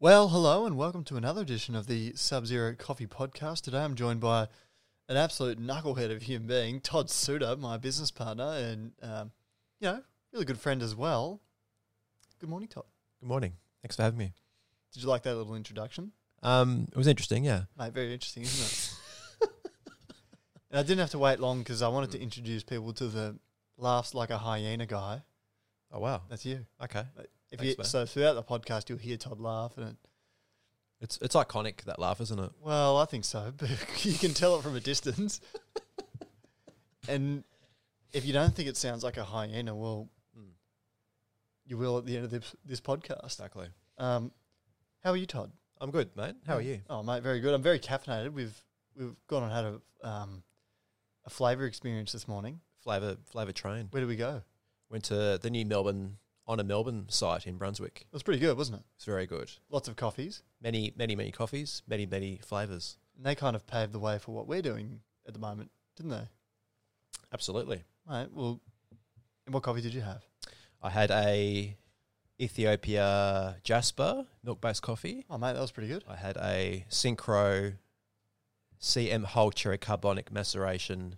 Well, hello and welcome to another edition of the Sub Zero Coffee Podcast. Today I'm joined by an absolute knucklehead of a human being, Todd Suter, my business partner, and um, you know, really good friend as well. Good morning, Todd. Good morning. Thanks for having me. Did you like that little introduction? Um, it was interesting, yeah. Mate, very interesting, isn't it? and I didn't have to wait long because I wanted to introduce people to the laughs like a hyena guy. Oh wow. That's you. Okay. If Thanks, you mate. so throughout the podcast, you'll hear Todd laugh, and it, It's it's iconic that laugh, isn't it? well, I think so, but you can tell it from a distance. and if you don't think it sounds like a hyena, well, Mm. you will at the end of this, this podcast. Exactly. Um, how are you, Todd? I'm good, mate. How are you? Oh, mate, very good. I'm very caffeinated. We've we've gone and had a um, a flavour experience this morning. Flavor Flavor Train. Where did we go? It Went to the new Melbourne on a Melbourne site in Brunswick. was pretty good, wasn't it? It's very good. Lots of coffees, Many, many, many coffees, many, many flavors. and they kind of paved the way for what we're doing at the moment, didn't they? Absolutely. Right. Well, and what coffee did you have? I had a Ethiopia Jasper milk based coffee. Oh, mate, that was pretty good. I had a Synchro CM Hull Cherry Carbonic Maceration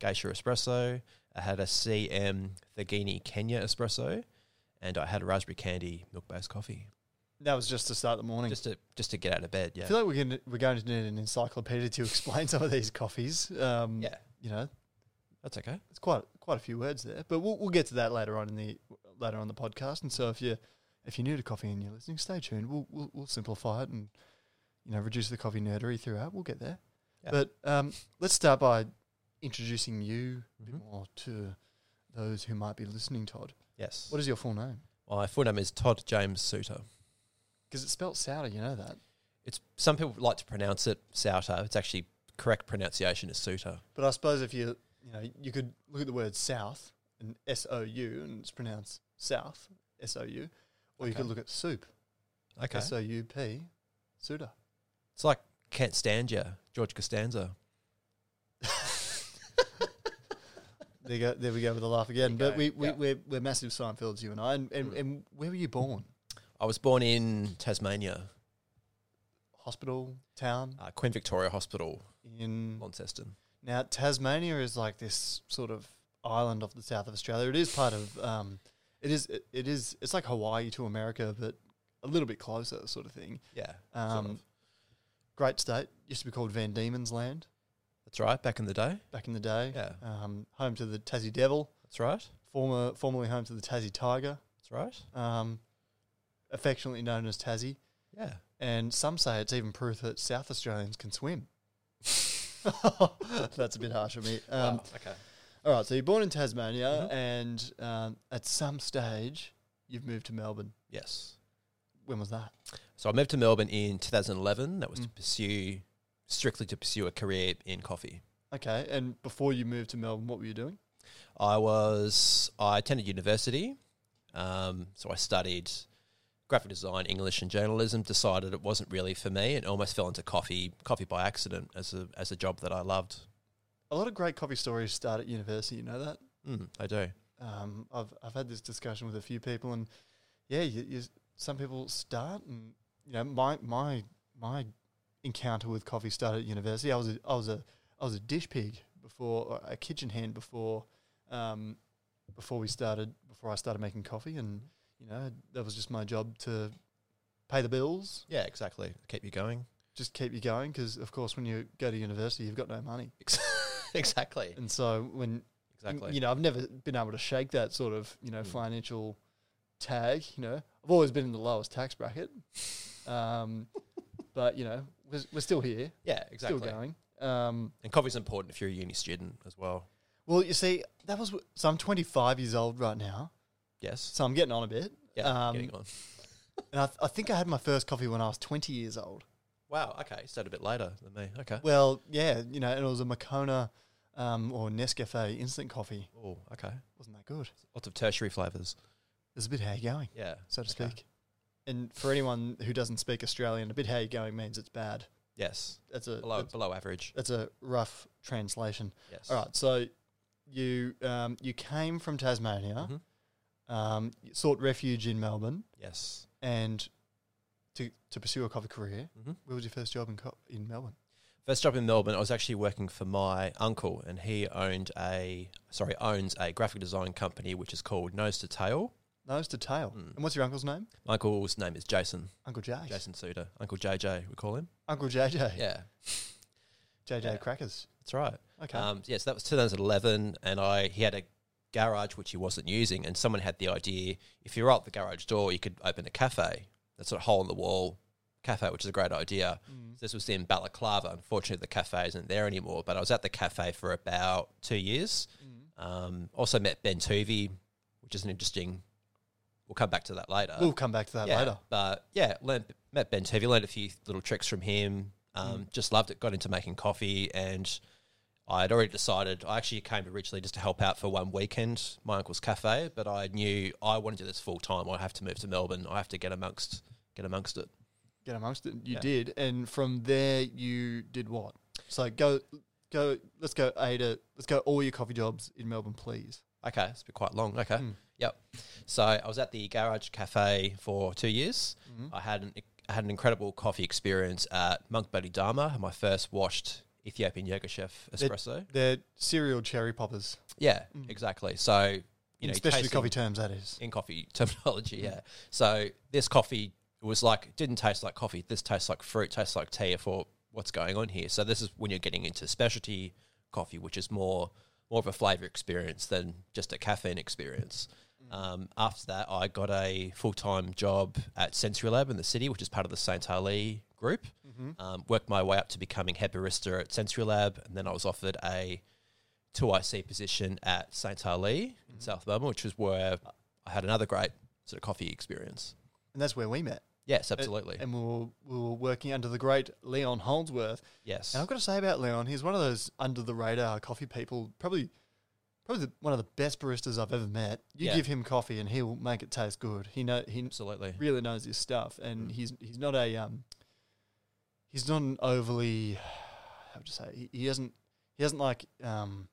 Geisha Espresso. I had a CM Thagini Kenya Espresso, and I had a Raspberry Candy milk based coffee That was just to start the morning. just to just to get out of bed. I Yeah, feel like we're going to, we're going to need an encyclopedia to explain some of these coffees. Um, yeah, You know, that's okay. it's quite quite a few words there, but we'll, we'll get to that later on in the later on the podcast. And so if you if you're new to coffee and you're listening, stay tuned. We'll we'll, we'll simplify it and you know reduce the coffee nerdery throughout. We'll get there. Yeah. But um, let's start by introducing you a bit Mhm. more to those who might be listening. Todd, Yes, what is your full name? my full name is Todd James Suter. Because it's spelled Souter, you know that. It's some people like to pronounce it Souter. It's actually correct pronunciation is Suter. But I suppose if you you know you could look at the word south and S O U and it's pronounced south S O U, or you Okay. could look at soup Okay, S O U P, Suda. uh, it's like Kent Stangia, George Costanza. There you go. There we go with the laugh again. There But you go. we, we Yeah. we're, we're massive Seinfelds, you and I. And, and Mm. and where were you born? I was born in Tasmania, Hospital town uh, Queen Victoria Hospital, in Launceston. now Tasmania is like this sort of island off the south of Australia. It is part of um, it is it, it is it's like Hawaii to America, but a little bit closer, sort of thing. Yeah, Um, sort of. Great state used to be called Van Diemen's Land that's right. Back in the day, back in the day. yeah, Um, home to the Tassie Devil, that's right. former formerly home to the Tassie Tiger, That's right. um, affectionately known as Tassie. Yeah, And some say it's even proof that South Australians can swim. That's a bit harsh of me. Um, Wow, okay. All right, so you're born in Tasmania, Mhm. and um, at some stage you've moved to Melbourne. Yes. When was that? So I moved to Melbourne in 2011. That was to Mm. pursue strictly to pursue a career in coffee. Okay, and before you moved to Melbourne, what were you doing? I was I attended university, um, so I studied graphic design, English, and journalism. Decided it wasn't really for me, and almost fell into coffee coffee by accident as a as a job that I loved. A lot of great coffee stories start at university. You know that. Mm, I do. um, I've I've had this discussion with a few people, and yeah, you, you, some people start, and you know, my my my encounter with coffee started at university. I was a, I was a I was a dish pig before, or a kitchen hand before, um, before we started, before I started making coffee, and you know, that was just my job to pay the bills, Yeah, exactly. Keep you going. just keep you going, because of course, when you go to university, you've got no money, exactly. and so when and, Exactly. You know, I've never been able to shake that sort of you know Mm. financial tag. You know, I've always been in the lowest tax bracket, um, but you know, we're, we're still here, yeah, exactly. still going. Um, And coffee's important if you're a uni student as well. well, you see, that was wh- so I'm 25 years old right now, Yes. so I'm getting on a bit, Yeah. Um, getting on. and I, th- I think I had my first coffee when I was 20 years old. Wow. Okay. Started a bit later than me. Okay. Well, yeah, you know, and it was a Makona um, or Nescafe instant coffee. Oh. Okay. Wasn't that good? Lots of tertiary flavors. It was a bit how you going, Yeah. so to Okay. speak. And for anyone who doesn't speak Australian, a bit how you going means it's bad. Yes. that's a Below that's, below average. that's a rough translation. Yes. All right, so you um, you came from Tasmania, Mhm. um, you sought refuge in Melbourne, Yes. and to, to pursue a coffee career. Mm-hmm. What was your first job in co- in Melbourne? First job in Melbourne, I was actually working for my uncle, and he owned a sorry owns a graphic design company which is called Nose to Tail. Nose to tail. Mm. And what's your uncle's name? My uncle's name is Jason. Uncle Jace. Jason Suda, Uncle JJ, we call him. Uncle JJ. Yeah, JJ Yeah. Crackers. that's right. Okay. Um, yes, that was 2011, and I he had a garage which he wasn't using, and someone had the idea if you roll up the garage door, you could open a cafe. That's a hole in the wall cafe, which is a great idea. Mm. This was in Balaclava. Unfortunately, the cafe isn't there anymore, but I was at the cafe for about two years. Mm. Um, also met Ben Tovey, which is an interesting. We'll come back to that later. We'll come back to that uh, yeah, later. But yeah, learned, met Ben Tovey, learned a few little tricks from him. Mm. Um, Just loved it. Got into making coffee, and I had already decided. I actually came originally just to help out for one weekend, my uncle's cafe. But I knew I want to do this full time. I have to move to Melbourne. I have to get amongst get amongst it. Get amongst it. You Yeah. did, and from there you did what? So go, go. Let's go A to. Let's go all your coffee jobs in Melbourne, please. Okay, it's been quite long. Okay, Mm. yep. So I was at the garage cafe for two years. Mm-hmm. I had an I had an incredible coffee experience at Monk Buddy Dharma, my first washed Ethiopian yoga chef They're- espresso. They're cereal cherry poppers, Yeah, Mm. exactly. So you in know, specialty tasting- coffee terms. That is. in coffee terminology. Yeah. So this coffee was like it didn't taste like coffee. This tastes like fruit. Tastes like tea. For what's going on here? So this is when you're getting into specialty coffee, which is more more of a flavor experience than just a caffeine experience. Mm. Um, after that, I got a full time job at Sensory Lab in the city, which is part of the Saint Ali group. Mm-hmm. Um, worked my way up to becoming head barista at Sensory Lab, and then I was offered a 2IC position at St. Ali Mm-hmm. in South Melbourne, which was where I had another great sort of coffee experience. and that's where we met. Yes, absolutely. Uh, And we were, we were working under the great Leon Holdsworth. yes. And I've got to say about Leon, he's one of those under the radar coffee people. Probably, probably the, one of the best baristas I've ever met. You Yeah. give him coffee, and he'll make it taste good. He know he Absolutely. really knows his stuff, Mm. and he's he's not a um. He's not an overly, how would you say? He, he doesn't he doesn't like um.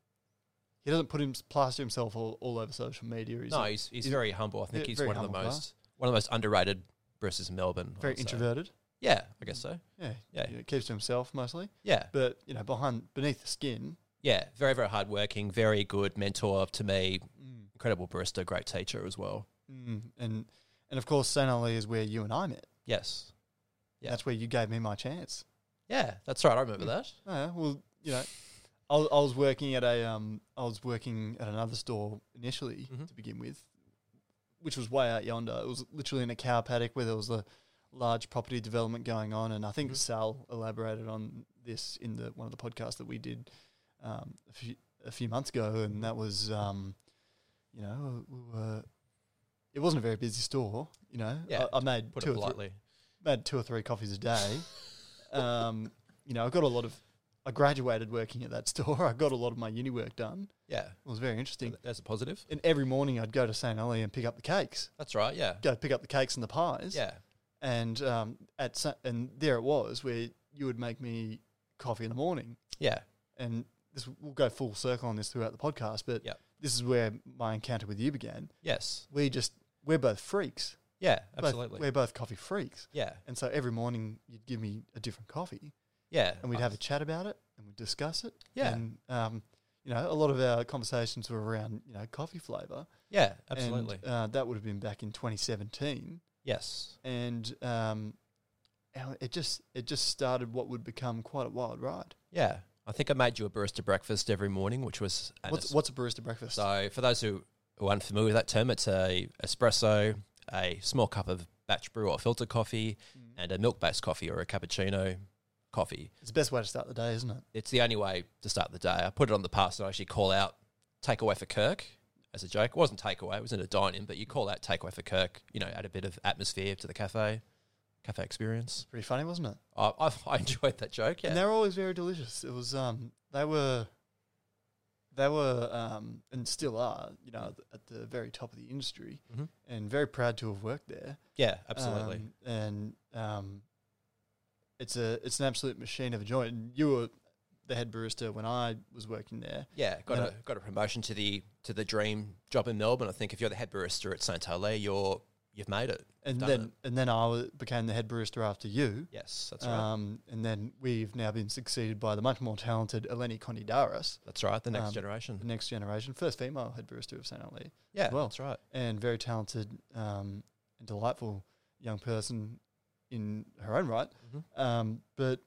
He doesn't put him plaster himself all, all over social media. He's No, a- he's, he's he's- very humble. I think yeah, he's very one of the humble guy. most one of the most underrated baristas in Melbourne. I very would say. introverted. Yeah, I guess so. Yeah, Yeah. You know, keeps to himself mostly. Yeah. But you know, behind beneath the skin, Yeah. Very, very hardworking, very good mentor to me, mm, incredible barista, great teacher as well. mm, and and of course, Saint Ali is where you and I met. Yes. Yeah. That's where you gave me my chance. Yeah, that's right. I remember that. Uh, well, you know, I, was- I was working at a um, I was working at another store initially Mhm. to begin with, which was way out yonder. It was literally in a cow paddock where there was a large property development going on, and I think Mhm. Sal elaborated on this in the one of the podcasts that we did um, a, few, a few months ago, and that was um, you know we were. It wasn't a very busy store, you know. Yeah, I, I made Put two it or three, politely. had two or three coffees a day. um, you know, I got a lot of. I graduated working at that store. I got a lot of my uni work done. Yeah. It was very interesting. That's a positive. And every morning I'd go to St. Ollie and pick up the cakes. That's right. Yeah. Go pick up the cakes and the pies. Yeah. And um, at Sa- and there it was where you would make me coffee in the morning. Yeah. And this we'll go full circle on this throughout the podcast. But Yep. this is where my encounter with you began. Yes. We just we're both freaks. Yeah. Both- Absolutely. we're both coffee freaks. yeah. And so every morning you'd give me a different coffee. Yeah. and we'd I- have a chat about it and we'd discuss it. Yeah. And, um, you know, a lot of our conversations were around, you know, coffee flavour. Yeah. Absolutely. And, uh, that would have been back in 2017. yes. And um, our- it just it just started what would become quite a wild ride. Yeah. I think I made you a barista breakfast every morning, which was an What's, es- what's a barista breakfast? so. For those who who are unfamiliar with that term, it's a espresso, a small cup of batch brew or filter coffee, Mm. and a milk based coffee or a cappuccino coffee. It's the best way to start the day, isn't it? It's the only way to start the day. I put it on the pass and I actually call out takeaway for Kirk as a joke. It wasn't takeaway; it was in a dine-in, but you call out takeaway for Kirk. You know, add a bit of atmosphere to the cafe, cafe experience. Pretty funny, wasn't it? I, I've, I enjoyed that joke. Yeah, And they were always very delicious. It was um they were they were um and still are, you know, at the very top of the industry Mhm. and very proud to have worked there. yeah, absolutely. Mm-hmm. Um, and um, it's a it's an absolute machine of a joint. And you were the head barista when I was working there. Yeah, got No. a got a promotion to the to the dream job in Melbourne. I think if you're the head barista at Saint Helier, you're you've made it. and Done then and then I wa- became the head barista after you. Yes, that's right. Um, and then we've now been succeeded by the much more talented Eleni Konidaris, That's right. The next um, generation. the next generation, first female head barista of St. Ali, Yeah, well. that's right. and very talented um, and delightful young person in her own right. Mhm. Um, but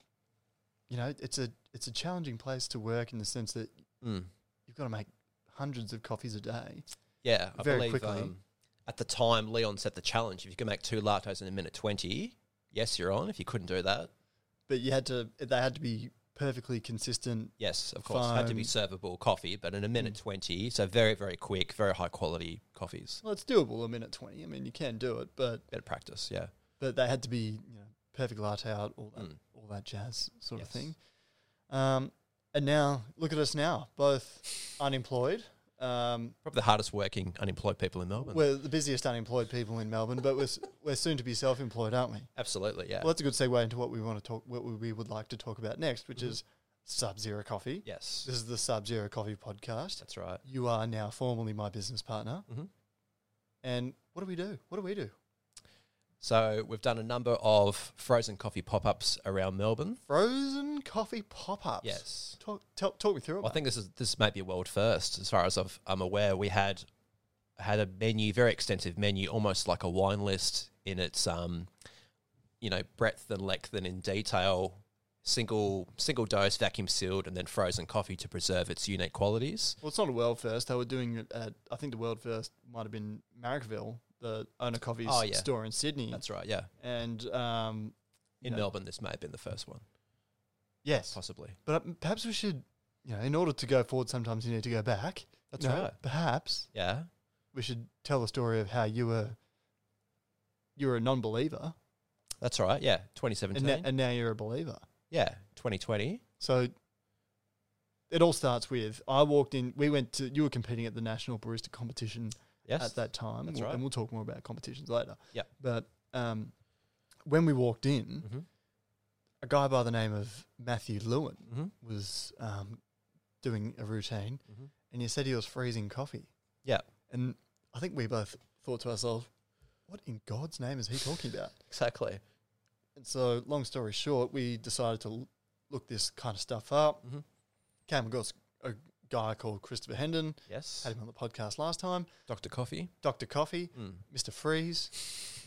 you know, it's a it's a challenging place to work in the sense that Mm. you've got to make hundreds of coffees a day. Yeah, I Very believe quickly. Um, at the time Leon set the challenge. If you can make two lattes in a minute twenty, yes, you're on. If you couldn't do that, But you had to they had to be perfectly consistent. yes, of course, had to be servable coffee, but in a Mm. minute twenty, so very, very quick, very high quality coffees. Well, it's doable a minute twenty. I mean, you can do it, but Better practice, yeah. but they had to be you know perfect latte art, all that, Mm. all that jazz sort of Yes. thing. Um, and now look at us now, both unemployed. Um, Probably the hardest working unemployed people in Melbourne. We're the busiest unemployed people in Melbourne, but we're, s- we're soon to be self-employed, aren't we? Absolutely, yeah. Well, that's a good segue into what we want to talk, what we would like to talk about next, which Mhm. is Sub Zero Coffee. yes, This is the Sub Zero Coffee podcast. that's right. You are now formally my business partner. Mhm. And what do we do? What do we do? So we've done a number of frozen coffee pop ups around Melbourne. Frozen coffee pop-ups. Yes. Talk, tell, talk me through it. Well, I think this is this may be a world first, as far as I've, I'm aware. We had had a menu, very extensive menu, almost like a wine list in its, um, you know, breadth and length and in detail. Single single dose, vacuum sealed, and then frozen coffee to preserve its unique qualities. Well, it's not a world first. They were doing it at, I think the world first might have been Marrickville, the owner coffee Oh, yeah. store in Sydney. That's right, yeah. and um, In Mm. Yeah. Melbourne, this may have been the first one, yes, possibly. But uh, perhaps we should, you know, in order to go forward, sometimes you need to go back. That's You know, right. Perhaps Yeah. we should tell the story of how you were, you were a non-believer, That's right. Yeah. and, 2017. na- and now you're a believer. yeah. 2020. So it all starts with I walked in. We went to you were competing at the national barista competition Yes. at that time, that's We'll- right. and we'll talk more about competitions later. Yep. But um, when we walked in, Mhm. a guy by the name of Matthew Lewin Mhm. was um, doing a routine, Mhm. and you said he was freezing coffee. Yeah. and I think we both thought to ourselves, "What in God's name is he talking about?" Exactly. And so, long story short, we decided to l- look this kind of stuff up. Mhm. Came and got s- a guy called Christopher Hendon, Yes. had him on the podcast last time. Dr. Coffee. Doctor Coffee, Mm. Mister Freeze,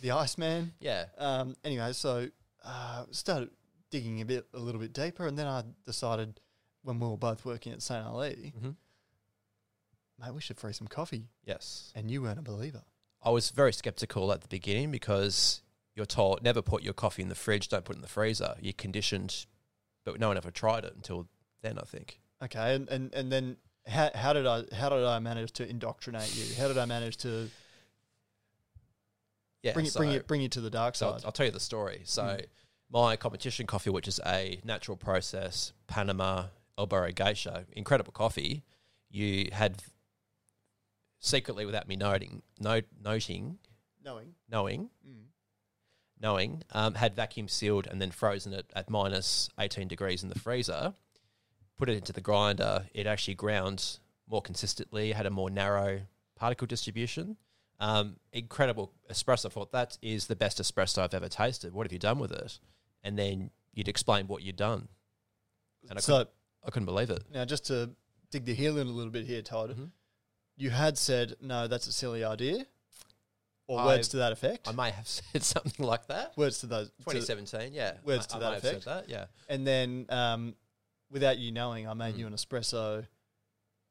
the Iceman. Yeah. Um, anyway, so uh, started digging a bit, a little bit deeper, and then I decided when we were both working at Saint Ali, Mhm. mate, we should free some coffee. Yes. And you weren't a believer. I was very skeptical at the beginning because you're told never put your coffee in the fridge, don't put it in the freezer. You're conditioned, but no one ever tried it until then, I think. Okay, and and, and then how, how did I how did I manage to indoctrinate you? How did I manage to Yeah. bring it so, bring it bring it to the dark so side? I'll, I'll tell you the story. So, Mm. my competition coffee, which is a natural process, Panama, El Burro Geisha, incredible coffee, you had secretly, without me noting, no, noting, Knowing, knowing, mm. knowing, um, had vacuum sealed and then frozen it at minus 18 degrees in the freezer, put it into the grinder. It actually ground more consistently, had a more narrow particle distribution. Um, incredible espresso. I thought that is the best espresso I've ever tasted. What have you done with it? And then you'd explain what you'd done. And I, so couldn't, I couldn't believe it. now just to dig the heel in a little bit here, Todd, Mhm. you had said no, that's a silly idea, or I- words to that effect. I may have said something like that. words to those to- 2017, yeah. Words I- to I that may have said effect. that, yeah. And then, um, without you knowing, I made Hmm. you an espresso.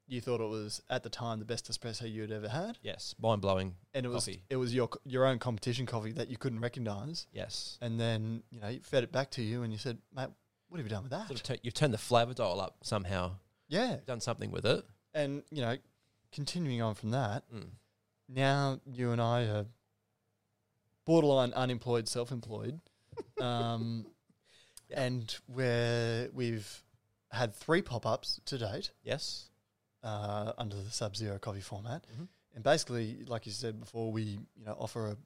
You thought it was at the time the best espresso you had ever had, Yes, mind blowing. and it was Coffee. it was your co- your own competition coffee that you couldn't recognize. Yes. And then you know you fed it back to you, and you said, "Mate, what have you done with that?" Sort of tu- you've turned the flavor dial up somehow. yeah, You've done something with it. and you know, continuing on from that, Mm. now you and I are borderline unemployed, self-employed, um, Yeah. and where we've had three pop-ups to date. Yes. uh, under the Sub Zero coffee format. Mhm. And basically, like you said before, we you know offer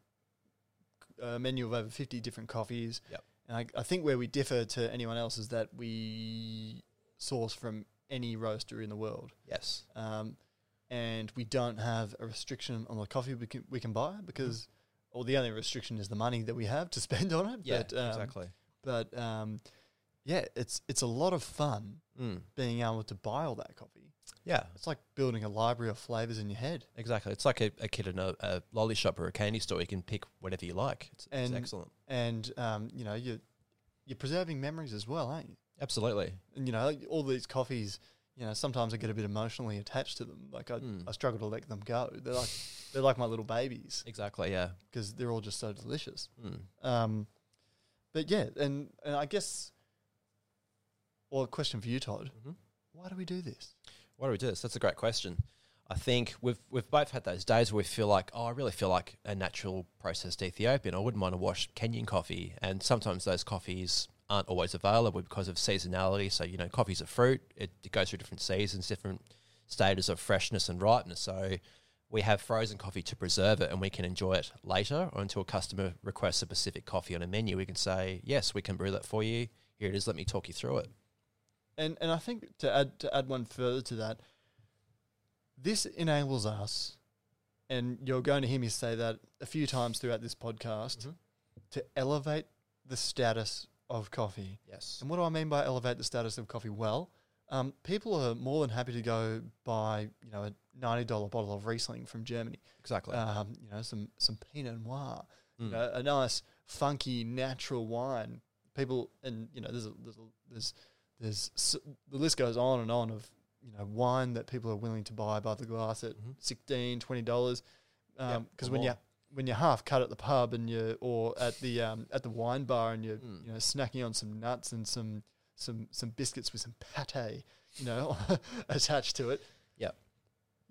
a, a menu of over fifty different coffees. Yep. And I, I think where we differ to anyone else is that we source from any roaster in the world, Yes. um, and we don't have a restriction on the coffee we can we can buy because Mm-hmm. Well, the only restriction is the money that we have to spend on it. but, um, exactly. But um, yeah, it's it's a lot of fun Mm. being able to buy all that coffee. Yeah, It's like building a library of flavors in your head. exactly. It's like a, a kid in a, a lolly shop or a candy store. You can pick whatever you like. It's, it's And- excellent. and um, you know you're you're preserving memories as well, aren't you? Absolutely. And you know like, all these coffees. You know sometimes I get a bit emotionally attached to them. Like I, Mm. I struggle to let them go. They're like they're like my little babies Exactly. Yeah. because they're all just so delicious. Mm. Um, but yeah, and and I guess, well, a question for you, Todd. Mhm. Why do we do this? Why do we do this? That's a great question. I think we've we've both had those days where we feel like, oh, I really feel like a natural processed Ethiopian. I wouldn't mind a washed Kenyan coffee. And sometimes those coffees aren't always available because of seasonality. So you know, coffee's a fruit. It, it goes through different seasons, different stages of freshness and ripeness. So we have frozen coffee to preserve it, and we can enjoy it later. Or until a customer requests a specific coffee on a menu, we can say, yes, we can brew that for you. Here it is. Let me talk you through it. And and I think to add to add one further to that, this enables us, and you're going to hear me say that a few times throughout this podcast, Mhm. to elevate the status of coffee. Yes. And what do I mean by elevate the status of coffee? Well, um, people are more than happy to go buy you know a ninety dollar bottle of Riesling from Germany. Exactly. Um, you know some some Pinot Noir, Mm. you know, a nice funky natural wine. People and you know there's a, there's a, there's there's s- the list goes on and on of you know wine that people are willing to buy by the glass at Mhm. sixteen twenty dollars. Yeah, Um 'cause because or when you more. when you're half cut at the pub and you or at the um, at the wine bar and you're Mm. you know snacking on some nuts and some some some biscuits with some pate you know attached to it Yep.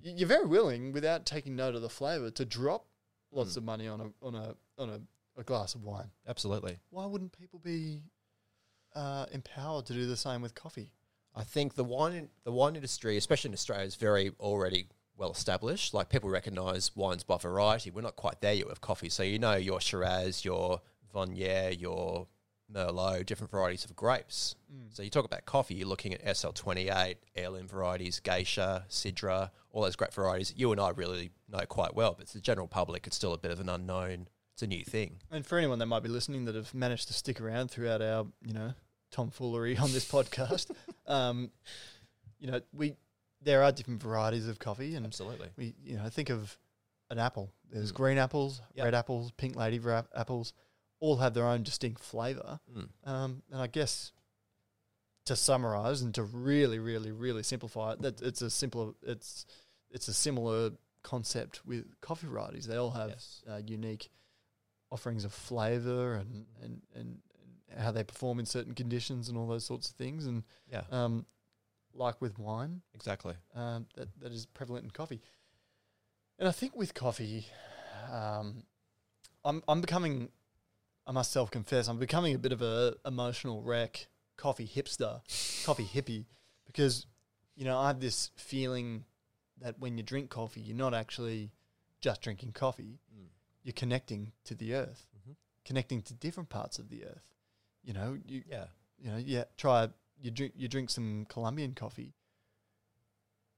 y- you're very willing without taking note of the flavor to drop lots Mm. of money on a on a on a, a glass of wine Absolutely. why wouldn't people be uh, empowered to do the same with coffee I think the wine the wine industry, especially in Australia, is very already well established. Like people recognise wines by variety. We're not quite there yet with coffee, so you know your Shiraz, your Vonier, your Merlot, different varieties of grapes. Hmm. So you talk about coffee, you're looking at SL28, heirloom varieties, Geisha, Sidra, all those great varieties that you and I really know quite well. But to the general public, it's still a bit of an unknown. It's a new thing. and for anyone that might be listening that have managed to stick around throughout our you know tomfoolery on this podcast um, you know we there are different varieties of coffee and Absolutely. we you know think of an apple. There's Mm. green apples, Yep. red apples, pink lady ra- apples. All have their own distinct flavour. Mm. Um, and I guess to summarise and to really, really, really simplify it, that it's a simpler it's it's a similar concept with coffee varieties. They all have Yes. uh, unique offerings of flavour and, and and and how they perform in certain conditions and all those sorts of things. And Yeah. um, like with wine, Exactly. um, that, that is prevalent in coffee. And I think with coffee, um, I'm, I'm becoming, I must self confess, I'm becoming a bit of a emotional wreck, coffee hipster, coffee hippie, because, you know, I have this feeling that when you drink coffee, you're not actually just drinking coffee Mm. you're connecting to the earth, Mhm. connecting to different parts of the earth. You know, you Yeah. you know, yeah, try you drink you drink some Colombian coffee.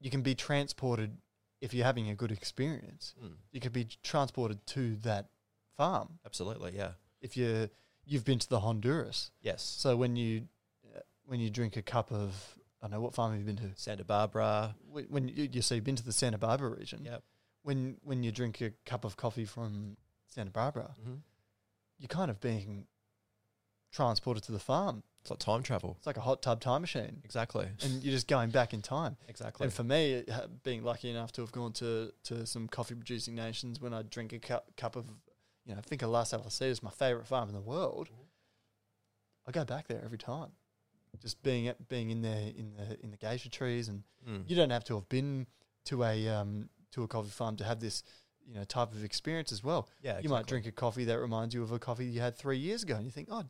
You can be transported if you're having a good experience. Mm. You could be transported to that farm Absolutely. Yeah. if you you've been to the Honduras. Yes. So when you uh, when you drink a cup of I don't know what farm have you been to? Santa Barbara. Wh- When you, you so you've been to the Santa Barbara region. Yep. When when you drink a cup of coffee from Santa Barbara, you're kind of being transported to the farm. It's like time travel. It's like a hot tub time machine, Exactly. and you're just going back in time. Exactly. And for me, it ha- being lucky enough to have gone to, to some coffee producing nations when I drink a cup, cup of, you know, I think of Las LC is my favorite farm in the world. Mhm. I go back there every time, just being at, being in there in the in the geisha trees, and Mm. you don't have to have been to a um, to a coffee farm to have this, you know, type of experience as well. yeah. You might drink a coffee that reminds you of a coffee you had three years ago, and you think, oh,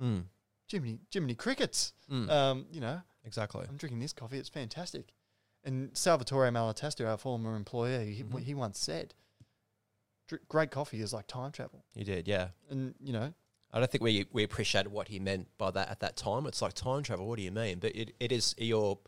Mm. Jiminy, Jiminy Crickets. Mm. Um, you know, exactly. I'm drinking this coffee. It's fantastic. And Salvatore Malatesta, our former employer, he, Mhm. he once said, "Dr- great coffee is like time travel. You did. Yeah. And, you know, I don't think we we appreciated what he meant by that at that time. It's like time travel. What do you mean? But it, it is your.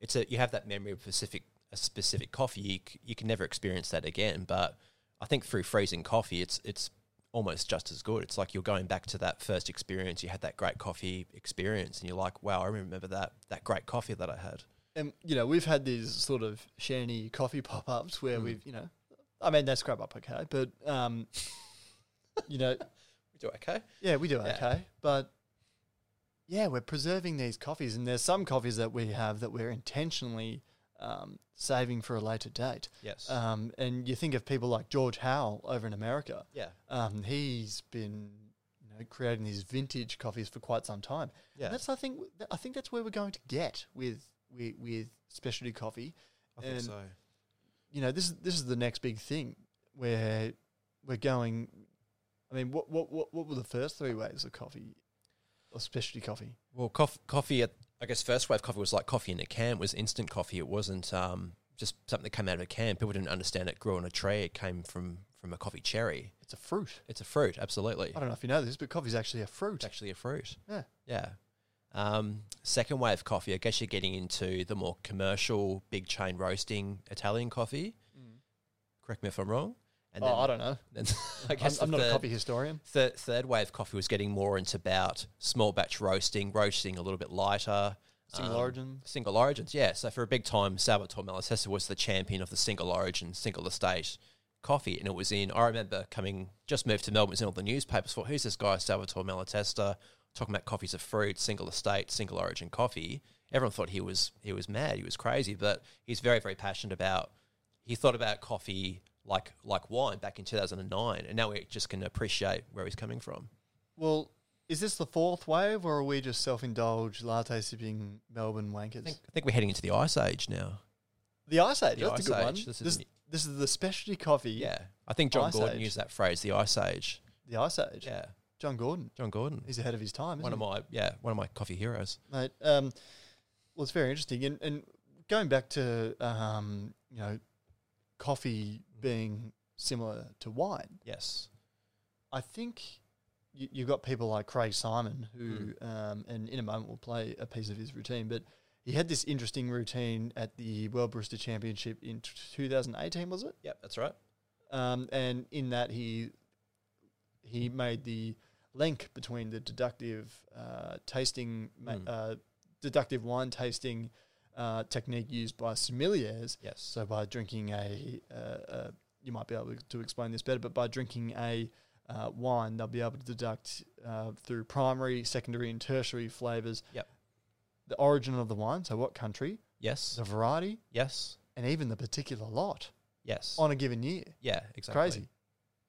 It's a you have that memory of specific a specific coffee. You, c- you can never experience that again. But I think through freezing coffee, it's it's almost just as good. It's like you're going back to that first experience. You had that great coffee experience, and you're like, wow, I remember that that great coffee that I had. And you know, we've had these sort of shanty coffee pop ups where Mm. we've you know, I mean they scrub up okay, but um, you know, We do okay. yeah, we do Yeah. okay, but yeah, we're preserving these coffees, and there's some coffees that we have that we're intentionally um, saving for a later date. Yes. Um, and you think of people like George Howell over in America. yeah. Um, he's been you know, creating these vintage coffees for quite some time. Yeah. That's I think I think that's where we're going to get with with, with specialty coffee. I think and- so. You know, this is this is the next big thing where we're going. I mean, what what what, what were the first three waves of coffee or specialty coffee? Well, coff- coffee at I guess first wave coffee was like coffee in a can. It was instant coffee. It wasn't um, just something that came out of a can. People didn't understand it grew on a tree. It came from from a coffee cherry. It's a fruit. It's a fruit, absolutely. I don't know if you know this, but coffee's actually a fruit. It's actually a fruit. Yeah. Yeah. Um, second wave coffee, I guess you're getting into the more commercial, big chain roasting Italian coffee. Correct me if I'm wrong. oh, I don't know. then, I I'm, guess I'm the not a third- coffee historian. Third, third wave coffee was getting more into about small batch roasting, roasting a little bit lighter. Single um, origin. Single origins, yeah. So for a big time, Salvatore Malatesta was the champion of the single origin, single estate coffee. And it was in, I remember coming, just moved to Melbourne, it was in all the newspapers for who's this guy, Salvatore Malatesta, talking about coffees of fruit, single estate, single origin coffee. Everyone thought he was he was mad, he was crazy, but he's very, very passionate about he thought about coffee like like wine back in 2009 and now we just can appreciate where he's coming from Well, is this the fourth wave, or are we just self-indulged latte sipping Melbourne i wankers? think, I think we're heading into the ice age now the Ice Age. The that's Ice a good one. Age, This, this this, is is n- the specialty coffee. yeah i think john Ice gordon Age. used that phrase the ice age The Ice Age. yeah John Gordon. john gordon He's ahead of his time. Isn't one of my yeah one of my coffee heroes he? Mate, um, well, it's very interesting. And, and going back to um, you know, coffee Mm. being similar to wine, yes I think you, you've got people like Craig Simon, who, um, and in a moment we'll play a piece of his routine, but he had this interesting routine at the World Barista Championship in t- 2018, was it? yep that's right um, and in that he he made the link between the deductive uh, tasting ma- Mm. uh, deductive wine tasting uh, technique used by sommeliers. yes So by drinking a, uh, uh, you might be able to explain this better, but by drinking a uh, wine, they'll be able to deduct uh, through primary, secondary, and tertiary flavors. Yep. The origin of the wine, so what country, yes the variety, yes and even the particular lot yes on a given year. yeah exactly Crazy.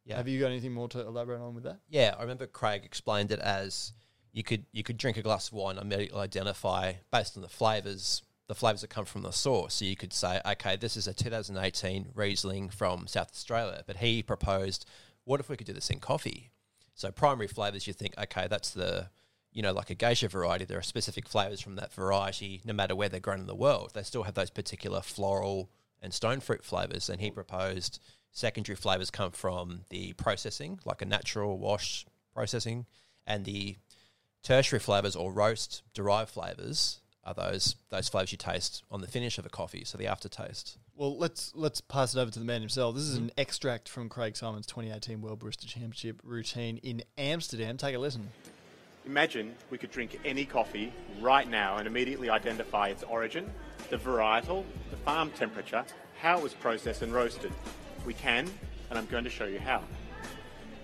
yeah Have you got anything more to elaborate on with that? Yeah, I remember Craig explained it as you could you could drink a glass of wine and immediately identify based on the flavors the flavors that come from the source. So you could say, okay, this is a 2018 Riesling from South Australia. But he proposed, what if we could do this in coffee? So primary flavors, you think, okay, that's the you know like a geisha variety. There are specific flavors from that variety, no matter where they're grown in the world. They still have those particular floral and stone fruit flavors. And he proposed secondary flavors come from the processing, like a natural wash processing, and the tertiary flavors or roast derived flavors are those those flavors you taste on the finish of a coffee, so the aftertaste. Well, let's let's pass it over to the man himself. This is an extract from Craig Simon's 2018 World Barista Championship routine in Amsterdam. Take a listen. Imagine we could drink any coffee right now and immediately identify its origin, the varietal, the farm temperature, how it was processed and roasted. We can, and I'm going to show you how.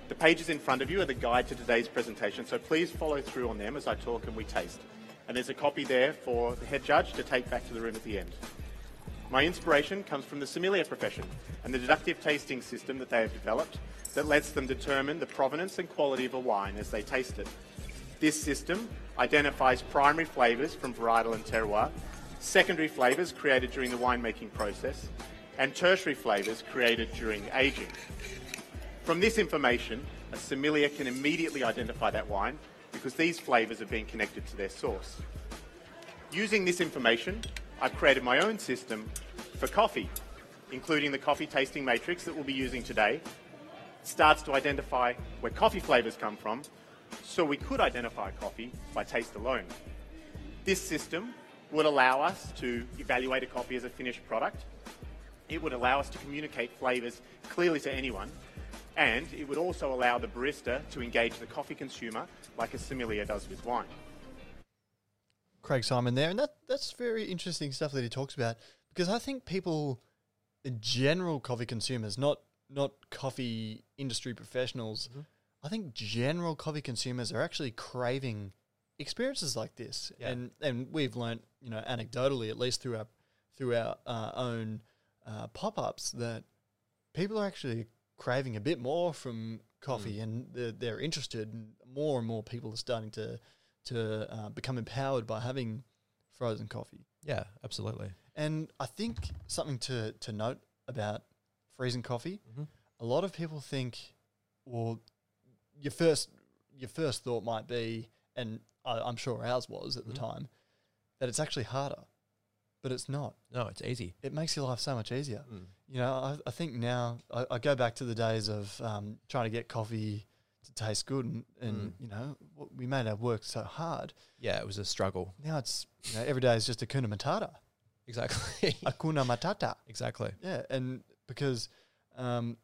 The pages in front of you are the guide to today's presentation, so please follow through on them as I talk and we taste. And there's a copy there for the head judge to take back to the room at the end. My inspiration comes from the sommelier profession and the deductive tasting system that they have developed that lets them determine the provenance and quality of a wine as they taste it. This system identifies primary flavours from varietal and terroir, secondary flavours created during the winemaking process, and tertiary flavours created during ageing. From this information, a sommelier can immediately identify that wine because these flavours are being connected to their source. Using this information, I've created my own system for coffee, including the coffee tasting matrix that we'll be using today. It starts to identify where coffee flavours come from, so we could identify coffee by taste alone. This system would allow us to evaluate a coffee as a finished product. It would allow us to communicate flavours clearly to anyone, And it would also allow the barista to engage the coffee consumer like a sommelier does with wine. Craig Simon there, and that that's very interesting stuff that he talks about because I think people, in general coffee consumers, not not coffee industry professionals, I think general coffee consumers are actually craving experiences like this, Yeah. and and we've learnt you know anecdotally at least through our through our uh, own uh, pop ups that people are actually craving a bit more from coffee and they're, they're interested and more and more people are starting to to uh, become empowered by having frozen coffee Yeah, absolutely. and i think something to, to note about freezing coffee a lot of people think well your first your first thought might be and I, i'm sure ours was at the time that it's actually harder but it's not No, it's easy. it makes your life so much easier. You know, I, I think now I, I go back to the days of um, trying to get coffee to taste good, and, and you know, w- we made our work so hard. Yeah, it was a struggle. Now it's you know every day is just a kuna matata, Exactly. a kuna matata. exactly. Yeah, and because um,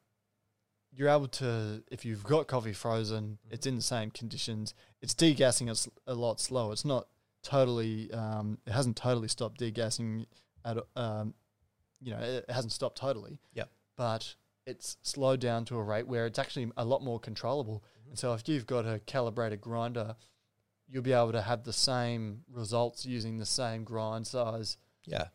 you're able to, if you've got coffee frozen, it's in the same conditions. It's degassing us a lot slower. It's not totally. Um, it hasn't totally stopped degassing. At um, you know, it hasn't stopped totally. Yep. But it's slowed down to a rate where it's actually a lot more controllable. And so, if you've got a calibrated grinder, you'll be able to have the same results using the same grind size Yeah.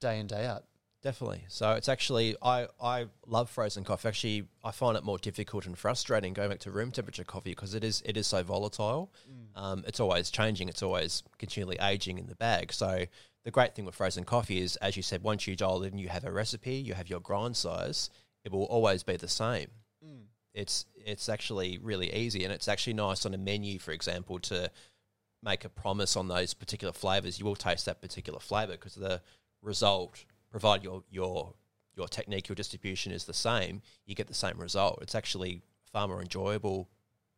day in day out. Definitely. So it's actually I I love frozen coffee. Actually, I find it more difficult and frustrating going back to room temperature coffee because it is it is so volatile. Um, it's always changing. It's always continually aging in the bag. So the great thing with frozen coffee is, as you said, once you dial in, you have a recipe, you have your grind size. It will always be the same. It's it's actually really easy, and it's actually nice on a menu, for example, to make a promise on those particular flavors, you will taste that particular flavor because the result, provided your your your technique, your distribution is the same, you get the same result. It's actually far more enjoyable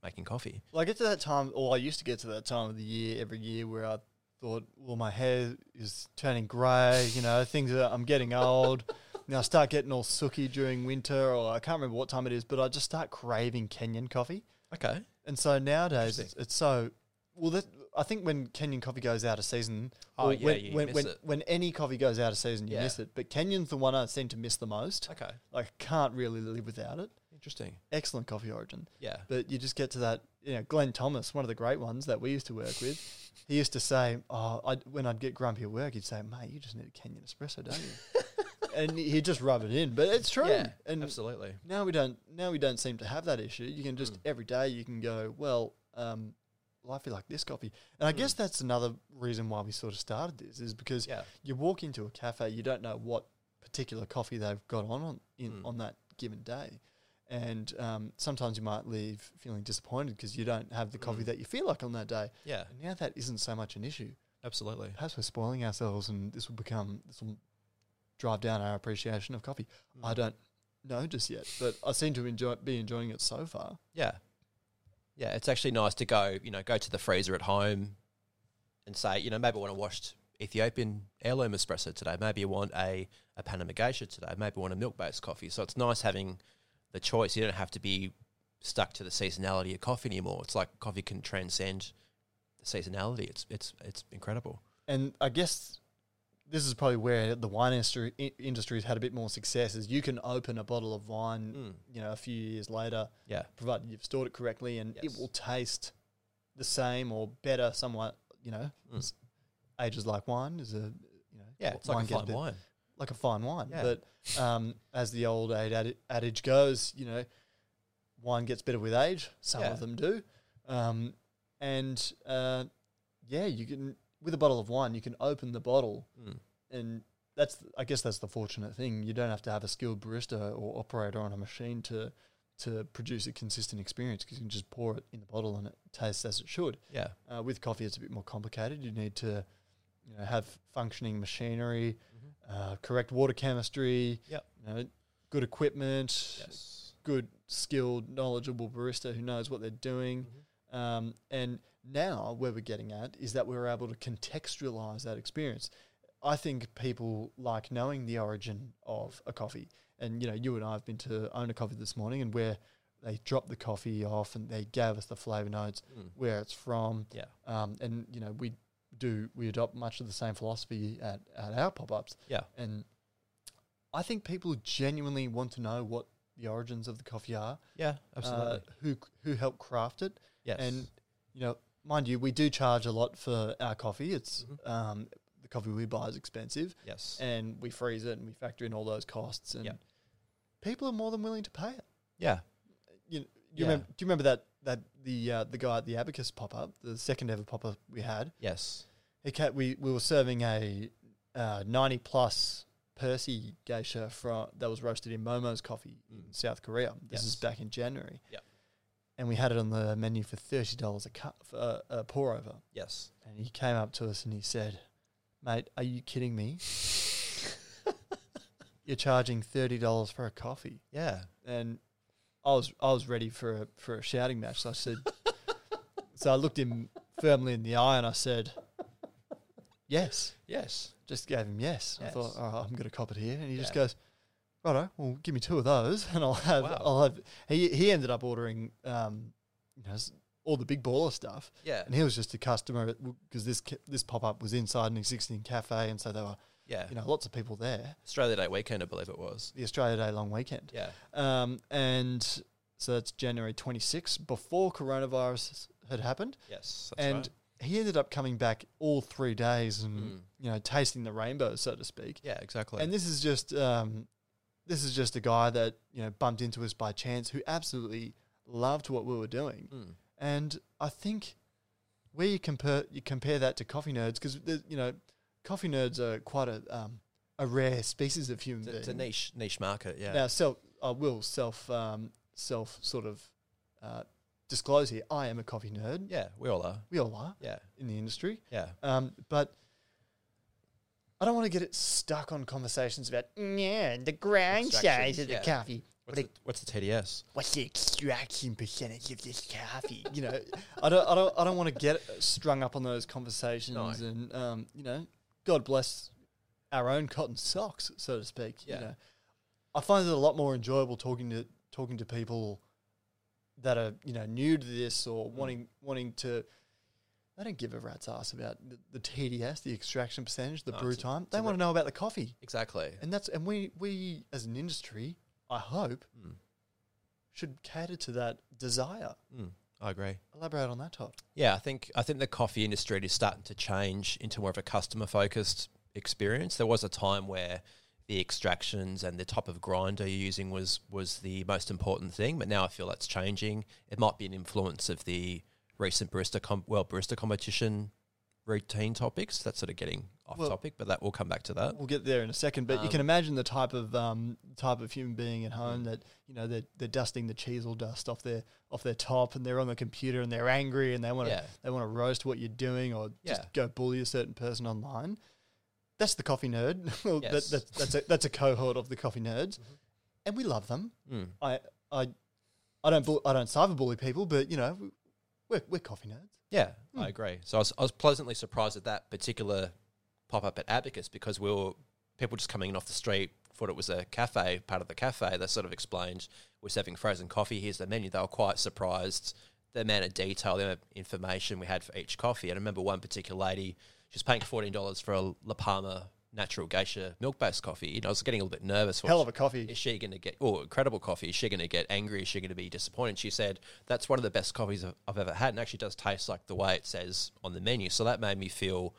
making coffee. Well, I get to that time, or I used to get to that time of the year every year where I thought, well, my hair is turning grey, you know, things are, I'm getting old. now I start getting all sooky during winter, or I can't remember what time it is, but I just start craving Kenyan coffee. Okay. And so nowadays, it's, it's so well. That, I think when Kenyan coffee goes out of season, Oh, or yeah, when you when, miss when, it. when any coffee goes out of season, you Yeah. miss it. But Kenyan's the one I seem to miss the most. Okay. Like, I can't really live without it. Interesting. Excellent coffee origin. Yeah. But you just get to that, you know, Glenn Thomas, one of the great ones that we used to work with. He used to say, "Oh, I'd, when I'd get grumpy at work, he'd say, mate, you just need a Kenyan espresso, don't you?'" and he'd just rub it in. But it's true. yeah. and absolutely. now we don't. Now we don't seem to have that issue. You can just every day you can go, well, um, lifey like this coffee. And I guess that's another reason why we sort of started this is because Yeah. you walk into a cafe, you don't know what particular coffee they've got on on, in, on that given day. And um, sometimes you might leave feeling disappointed because you don't have the coffee that you feel like on that day. Yeah. And now that isn't so much an issue. Absolutely. Perhaps we're spoiling ourselves, and this will become this will drive down our appreciation of coffee. Hmm. I don't know just yet, but I seem to enjoy be enjoying it so far. Yeah. Yeah, it's actually nice to go, you know, go to the freezer at home and say, you know, maybe I want a washed Ethiopian heirloom espresso today. Maybe I want a, a Panama Geisha today. Maybe I want a milk based coffee. So it's nice having the choice. You don't have to be stuck to the seasonality of coffee anymore. It's like coffee can transcend the seasonality. It's it's it's incredible. And I guess this is probably where the wine industry i- industry's had a bit more success. Is you can open a bottle of Hmm. wine, you know, a few years later, Yeah. provided you've stored it correctly, and Yes. it will taste the same or better. Somewhat, you know, s- ages like wine is a you know, Hmm. Yeah, w- it's like a gets fine bit- wine. like a fine wine. Yeah. But um, as the old age adi- adage goes, you know, wine gets better with age. Some Yeah. of them do, um, and uh, yeah, you can with a bottle of wine, you can open the bottle, Hmm. and that's I guess that's the fortunate thing. You don't have to have a skilled barista or operator on a machine to to produce a consistent experience because you can just pour it in the bottle and it tastes as it should. Yeah. Uh, with coffee, it's a bit more complicated. You need to, you know, have functioning machinery, uh, correct water chemistry, Mm-hmm. Yep. you know, good equipment, Yes. good, skilled, knowledgeable barista who knows what they're doing. Mm-hmm. Um, and now, where we're getting at is that we're able to contextualize that experience. I think people like knowing the origin of a coffee. And, you know, you and I have been to own a coffee this morning and we're They dropped the coffee off and they gave us the flavor notes, Mm. where it's from. Yeah. Um, and you know we do we adopt much of the same philosophy at, at our pop ups. Yeah. And I think people genuinely want to know what the origins of the coffee are, Yeah, uh, absolutely. who who helped craft it, yes. and you know, mind you, we do charge a lot for our coffee. It's Mhm. um, the coffee we buy is expensive, yes. and we freeze it and we factor in all those costs, and Yep. people are more than willing to pay it. yeah. You, know, you Yeah. remember, do you remember that that the uh, the guy at the Abacus pop up, the second ever pop up we had? Yes. He ca we we were serving a uh, ninety plus Percy geisha from that was roasted in Momo's coffee in Mm. South Korea. This is Yes. back in January. Yep. And we had it on the menu for thirty dollars a cup, for, uh, a pour over. Yes. And he came up to us and he said, "Mate, are you kidding me? You're charging thirty dollars for a coffee." Yeah. And I was I was ready for a for a shouting match. So I said, so I looked him firmly in the eye and I said, "Yes." Yes. just gave him yes. I thought, Yes. all right, I'm going to cop it here, and he just Yeah. goes, righto, well, give me two of those, and I'll have, Wow. I'll have. He he ended up ordering, um, you know, s- all the big baller stuff, Yeah. and he was just a customer because this ca- this pop up was inside an existing cafe, and so there were Yeah. you know lots of people there. Australia Day weekend, I believe it was. The Australia Day long weekend, Yeah. um, and so that's January 26 before coronavirus had happened, Yes. and. He ended up coming back all three days and Mm. you know tasting the rainbow, so to speak. yeah, exactly. And this is just um, this is just a guy that you know bumped into us by chance who absolutely loved what we were doing, Mm. and I think where you compare you compare that to coffee nerds because you know coffee nerds are quite a um, a rare species of human It's, a- being. it's a niche niche market. Yeah. Now self I will self um, self sort of uh, disclose here. I am a coffee nerd. Yeah. We all are. We all are Yeah. in the industry. Yeah. Um, but I don't want to get it stuck on conversations about yeah the grind size Extraction, of the yeah. coffee. What's the, what's the TDS? What's the extraction percentage of this coffee? you know, I don't, I don't, I don't want to get strung up on those conversations. No. And um, you know, God bless our own cotton socks, so to speak. Yeah. You know, I find it a lot more enjoyable talking to talking to people that are you know new to this or Mm. wanting wanting to. They don't give a rat's ass about the, the TDS, the extraction percentage, the No, brew it's a- time. it's They a want to re- know about the coffee, Exactly. and that's and we we as an industry, I hope, Mm. should cater to that desire. Mm. I agree. Elaborate on that, Todd. Yeah, I think I think the coffee industry is starting to change into more of a customer focused experience. There was a time where the extractions and the type of grinder you're using was was the most important thing, but now I feel that's changing. It might be an influence of the recent barista com- well barista competition routine topics. That's sort of getting off Well- topic, but that we'll come back to that. We'll get there in a second, but you Um, can imagine the type of um, type of human being at home that you know they're, they're dusting the cheesel dust off their off their top, and they're on the computer and they're angry and they want to Yeah. they want to roast what you're doing or Yeah. just go bully a certain person online. That's the coffee nerd. Well, that- Yes. Mm-hmm. that- that's a, that's a cohort of the coffee nerds, and we love them. Mm. I I I don't bull- I don't cyberbully people, but you know we're we're coffee nerds. Yeah, Hmm. I agree. So I was, I was pleasantly surprised at that particular pop up at Abacus because we were people just coming in off the street thought it was a cafe, part of the cafe. They sort of explained we're serving frozen coffee. Here's the menu. They were quite surprised the amount of detail, the amount of information we had for each coffee. And I remember one particular lady, she was paying fourteen dollars for a La Palma natural geisha milk based coffee. And I was getting a little bit nervous. Hell of watching- a coffee. is she going to get oh incredible coffee is she going to get angry is she going to be disappointed she said that's one of the best coffees I've, I've ever had and actually does taste like the way it says on the menu so that made me feel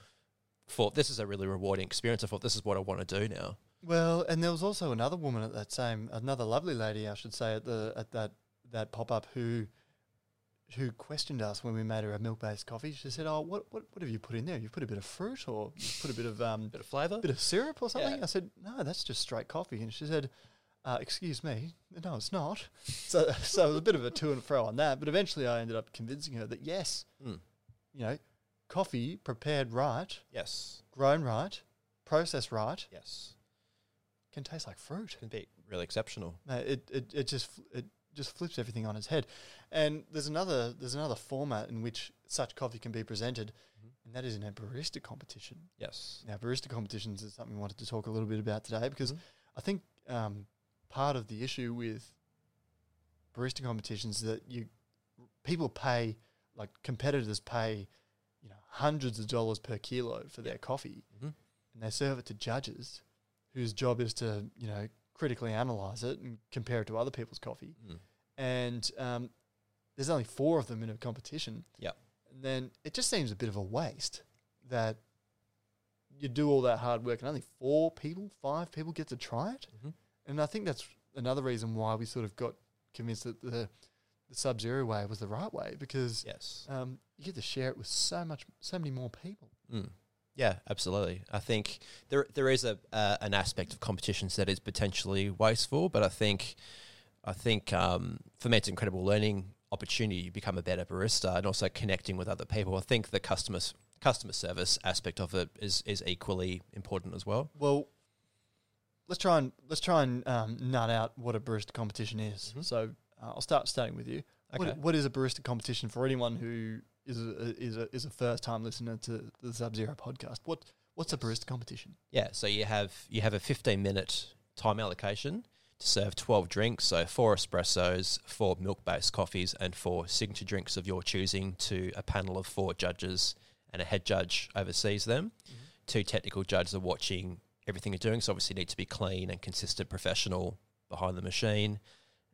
thought this is a really rewarding experience i thought this is what i want to do now Well, and there was also another woman at that same, another lovely lady, I should say, at the at that that pop up who who questioned us when we made her a milk based coffee. She said, "Oh, what, what what have you put in there? You put a bit of fruit, or you put a bit of um bit of flavor bit of syrup or something?" Yeah. I said, "No, that's just straight coffee." And she said, uh, "Excuse me, no, it's not." So so it was a bit of a to and fro on that, but eventually I ended up convincing her that yes, Mm. you know, coffee prepared right, yes grown right, processed right, yes can taste like fruit. can be really exceptional No, it, it, it just fl- it just flips everything on its head. And there's another there's another format in which such coffee can be presented, and that is in a barista competition. yes Now, barista competitions is something we wanted to talk a little bit about today because Mhm. I think um, part of the issue with barista competitions that you people pay like competitors pay you know hundreds of dollars per kilo for their coffee Mhm. and they serve it to judges whose job is to you know critically analyze it and compare it to other people's coffee Mm. and um, there's only four of them in a competition Yep. and then it just seems a bit of a waste that you do all that hard work and only four people five people get to try it Mhm. and i think that's another reason why we sort of got convinced that the the sub zero way was the right way because Yes. um, you get to share it with so much, so many more people. Mm. Yeah, absolutely. I think there there is a uh, an aspect of competitions that is potentially wasteful, but I think I think um, for me it's an incredible learning opportunity. You become a better barista and also connecting with other people. I think the customer s- customer service aspect of it is is equally important as well. Well, let's try and let's try and um, nut out what a barista competition is. Mhm. So uh, I'll start starting with you. What, Okay. what is a barista competition for anyone who is a, is a, is a first time listener to the Sub Zero podcast? What what's a barista competition? Yeah, so you have you have a 15 minute time allocation to serve 12 drinks, so four espressos, four milk-based coffees and four signature drinks of your choosing to a panel of four judges and a head judge oversees them. Two technical judges are watching everything you're doing, so obviously you need to be clean and consistent professional behind the machine.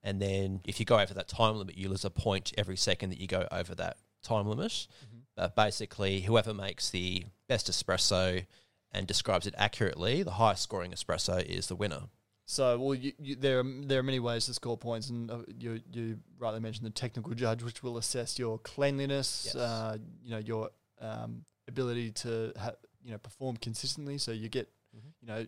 And then if you go over that time limit, you lose a point every second that you go over that time limit. But basically, whoever makes the best espresso and describes it accurately, the highest scoring espresso is the winner. So, well, you, you, there are, there are many ways to score points, and uh, you you rightly mentioned the technical judge, which will assess your cleanliness, Yes. uh, you know, your um, ability to ha- you know perform consistently. So you get, Mhm. you know,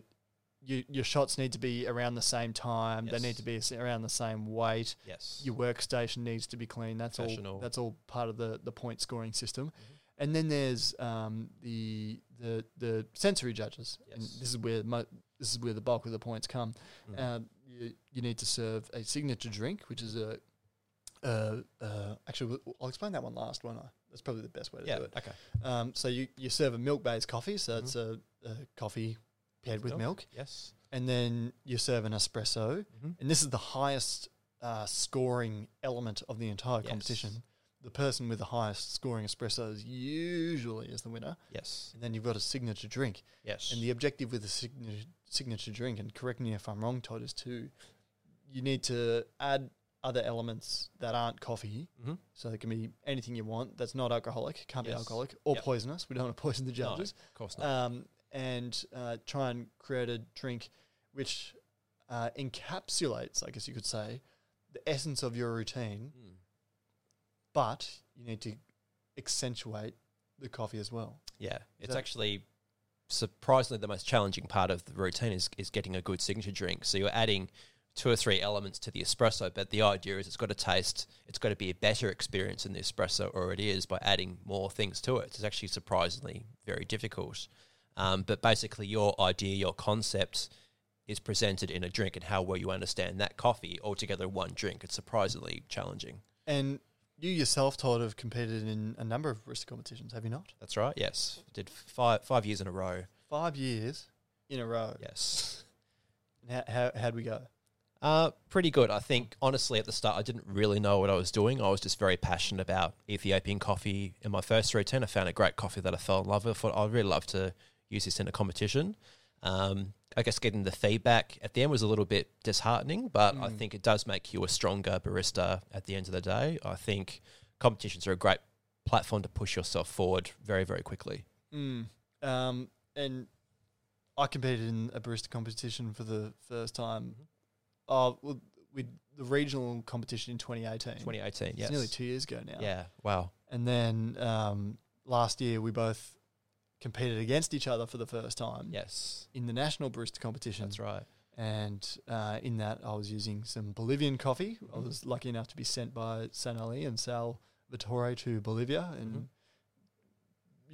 you, your shots need to be around the same time. They need Yes. to be as- around the same weight. Yes. Your workstation needs to be clean. That's all. Professional. That's all part of the the point scoring system. And then there's um, the the the sensory judges. And Yes. this is where mo- this is where the bulk of the points come. Mm. Um, you, you need to serve a signature drink, which is a uh, uh, actually we'll- I'll explain that one last, won't I? That's probably the best way to yeah. do it. Okay. Um, so you, you serve a milk based coffee, so it's a, a coffee paired with Mm-hmm. Milk. milk, Yes. and then you serve an espresso, Mhm. and this is the highest uh, scoring element of the entire Yes. competition. The person with the highest scoring espressos usually is the winner, Yes. and then you've got a signature drink. Yes. And the objective with the signature, signature drink, and correct me if I'm wrong, Todd, is to you need to add other elements that aren't coffee. Mhm. So it can be anything you want that's not alcoholic, can't be Yes. alcoholic, or Yep. poisonous. We don't want to poison the No, judges of course not. um, and uh, try and create a drink which uh, encapsulates, I guess you could say, the essence of your routine, Mm. but you need to accentuate the coffee as well. Yeah, it's that- actually surprisingly the most challenging part of the routine is, is getting a good signature drink. So you're adding two or three elements to the espresso, but the idea is it's got to taste, it's got to be a better experience than the espresso or it is by adding more things to it. It's actually surprisingly very difficult. Um, but basically, your idea, your concept is presented in a drink and how well you understand that coffee altogether in one drink. It's surprisingly challenging. And you yourself, Todd, have competed in a number of barista competitions, have you not? That's right. Yes. Did five, five years in a row. Five years in a row. Yes. And how, how, how'd we go? Uh, pretty good. I think, honestly, at the start, I didn't really know what I was doing. I was just very passionate about Ethiopian coffee in my first routine. I found a great coffee that I fell in love with. thought, I'd really love to use this in a competition. Um, I guess getting the feedback at the end was a little bit disheartening, but Mm. I think it does make you a stronger barista at the end of the day. I think competitions are a great platform to push yourself forward very, very quickly. Mm. Um, and I competed in a barista competition for the first time. Uh, well, we the regional competition in 2018. 2018, It's yes. nearly two years ago now. Yeah, wow. And then um, last year we both competed against each other for the first time Yes, in the national barista competition. that's right. And uh, in that, I was using some Bolivian coffee. I Mm-hmm. was lucky enough to be sent by San Ali and Sal Vittore to Bolivia and Mhm. Mm-hmm.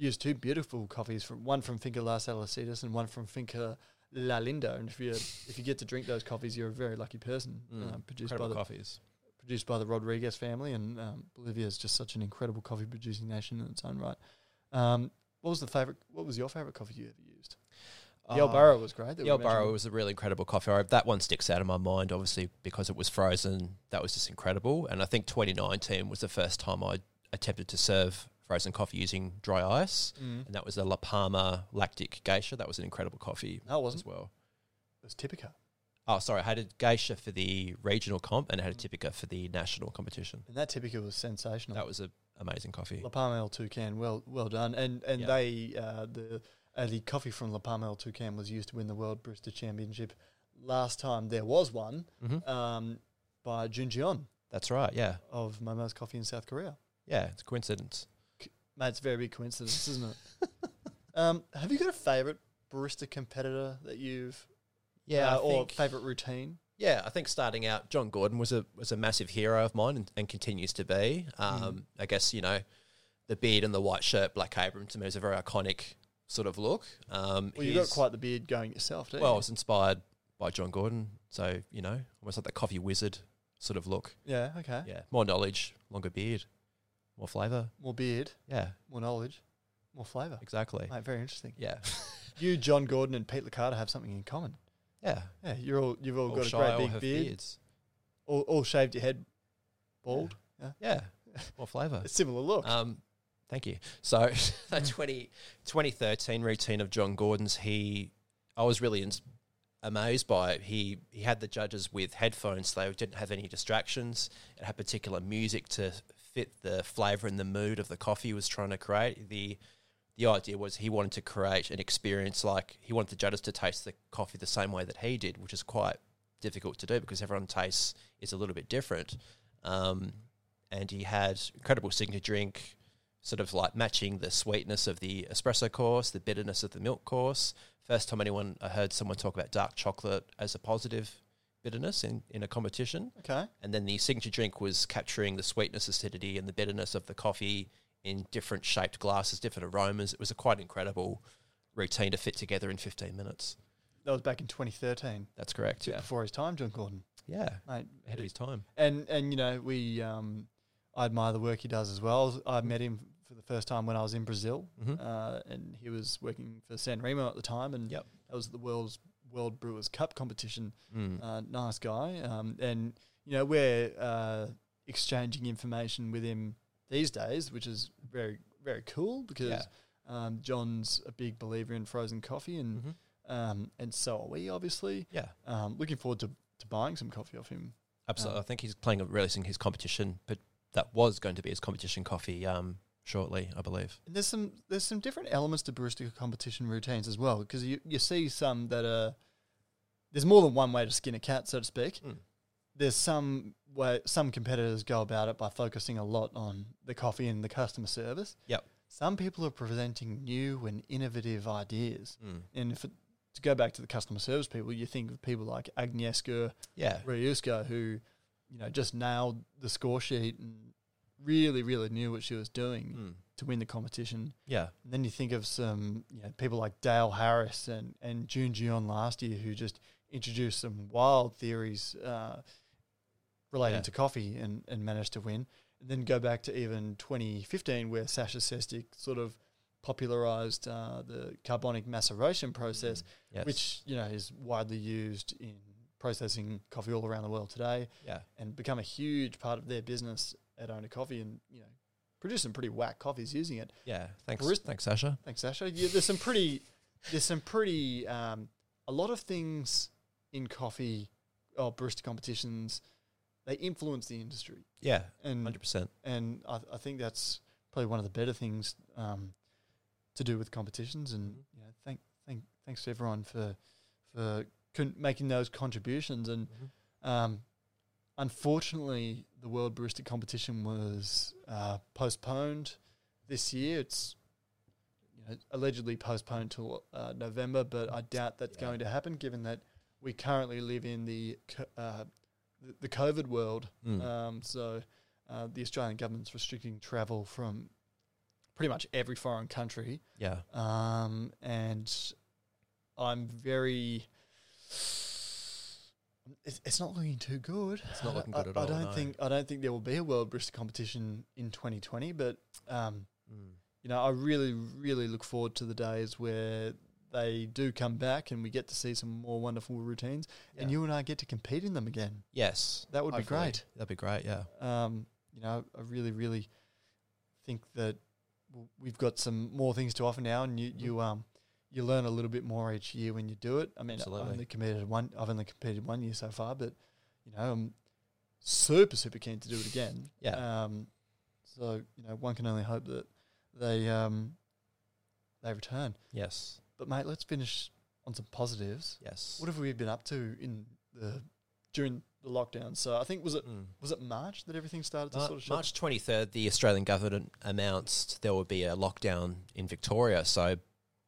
used two beautiful coffees from one from Finca Las Alacitas and one from Finca La Linda. And if you if you get to drink those coffees, you're a very lucky person. Mm, uh, produced by Incredible the coffees. produced by the Rodriguez family, and um, Bolivia is just such an incredible coffee producing nation in its own right. Um, what was the favorite? What was your favorite coffee you ever used? Yelborough was great. that we Yelborough mentioned. Ah. was a really incredible coffee. I, that one sticks out of my mind, obviously, because it was frozen. That was just incredible. And I think 2019 was the first time I attempted to serve frozen coffee using dry Mm. ice. And that was the La Palma Lactic Geisha. That was an incredible coffee No, it wasn't. as well. It was Tipica. Oh, sorry. I had a geisha for the regional comp and I had a typica for the national competition. And that Tipica was sensational. That was an amazing coffee. La Palma El Toucan, well, well done. And and Yeah. they uh, the uh, the coffee from La Palma El Toucan was used to win the World Brewster Championship last time there was one Mhm. um, by Junjion That's right. Yeah. of Momo's Coffee in South Korea. Yeah. It's a coincidence. Mate, it's a very big coincidence, isn't it? um, have you got a favourite barista competitor that you've Yeah. uh, or favourite routine? Yeah, I think starting out, John Gordon was a was a massive hero of mine and, and continues to be. Um, Mm-hmm. I guess you know, the beard and the white shirt, black apron to me is a very iconic sort of look. Um, Well, you've got he's- quite the beard going yourself, don't well. I you? was inspired by John Gordon, so you know, almost like the coffee wizard sort of look. Yeah, okay. Yeah, more knowledge, longer beard, more flavour. More beard, Yeah, more knowledge, more flavour. exactly. Mate, very interesting. Yeah, You, John Gordon, and Pete Licata have something in common. yeah. Yeah, you're all you've all, All got shy, a all great big have beard. beards. All, all shaved your head, bald. Yeah, more flavour. A similar look. Um, thank you. So that 20, 2013 routine of John Gordon's, he I was really ins- amazed by it. He he had the judges with headphones, so they didn't have any distractions. It had particular music to fit the flavour and the mood of the coffee he was trying to create. The the idea was he wanted to create an experience like he wanted the judges to taste the coffee the same way that he did, which is quite difficult to do because everyone tastes is a little bit different. Um, and he had incredible signature drink, sort of like matching the sweetness of the espresso course, the bitterness of the milk course. First time anyone I heard someone talk about dark chocolate as a positive bitterness in, in a competition. okay. And then the signature drink was capturing the sweetness, acidity, and the bitterness of the coffee in different shaped glasses, different aromas. It was a quite incredible routine to fit together in 15 minutes. That was back in 2013, That's correct. Yeah. before his time, John Gordon. Yeah. Mate, Ahead of his time. and and you know we um, I admire the work he does as well. I met him for the first time when I was in Brazil, Hmm. Mm-hmm. uh, and he was working for San Remo at the time, and Yep. that was the world's World Brewers Cup competition. Hmm. Mm. Uh, nice guy, um, and you know we're uh, exchanging information with him these days, which is very very cool because. Yeah. Um, John's a big believer in frozen coffee, and Mm-hmm. um, and so are we, obviously. Hmm. Yeah. Um, looking forward to, to buying some coffee off him. Absolutely. Oh. I think he's playing releasing his competition, but that was going to be his competition coffee um, shortly, I believe. And there's some there's some different elements to barista competition routines as well because you, you see some that are there's more than one way to skin a cat so to speak. Mm. There's some way some competitors go about it by focusing a lot on the coffee and the customer service. Yep. Some people are presenting new and innovative ideas, Mm. and if it, to go back to the customer service people, you think of people like Agnieszka Yeah. Ryuska who you know just nailed the score sheet and really really knew what she was doing Mm. to win the competition. Yeah. And then you think of some you know, people like Dale Harris and, and June Gion last year who just introduced some wild theories uh, relating Yeah. to coffee and, and managed to win. And then go back to even 2015 where Sasha Sestic sort of popularized uh, the carbonic maceration process, Mm, Yes. which you know is widely used in processing coffee all around the world today Yeah. and become a huge part of their business at Owner Coffee and you know produce some pretty whack coffees using it. Yeah. Thanks. Barista- Thanks, Sasha. Thanks, Sasha. Yeah, there's some pretty, there's some pretty, um, a lot of things in coffee or barista competitions, they influence the industry, Yeah. and Hundred percent. and I, I think that's probably one of the better things um, to do with competitions. And you know, thank thank thanks to everyone for for con- making those contributions. And um, unfortunately, the World Barista Competition was uh, postponed this year. It's you know, allegedly postponed till uh, November, but I doubt that's Yeah. going to happen, given that we currently live in the co- uh, the- the COVID world. Mm. Um, so uh, the Australian government's restricting travel from pretty much every foreign country, Yeah. um, and I'm very. It's, it's not looking too good. It's not I- looking I, good at I all, don't no. think I don't think there will be a world Bristol competition in 2020, but um, Mm. you know I really really look forward to the days where they do come back and we get to see some more wonderful routines, and Yeah. you and I get to compete in them again. Yes, That would be hopefully. great. That'd be great. Yeah, Um, you know, I really, really think that w- we've got some more things to offer now, and you, Mm-hmm. you um. You learn a little bit more each year when you do it. I mean, I've Absolutely. only competed one. I've only competed one year so far, but you know, I'm super, super keen to do it again. yeah. Um, so you know, one can only hope that they um, they return. yes, But mate, let's finish on some positives. yes. What have we been up to in the during the lockdown? So I think was it Mm. was it March that everything started to Mar- sort of shut? March 23rd, the Australian government announced there would be a lockdown in Victoria. So,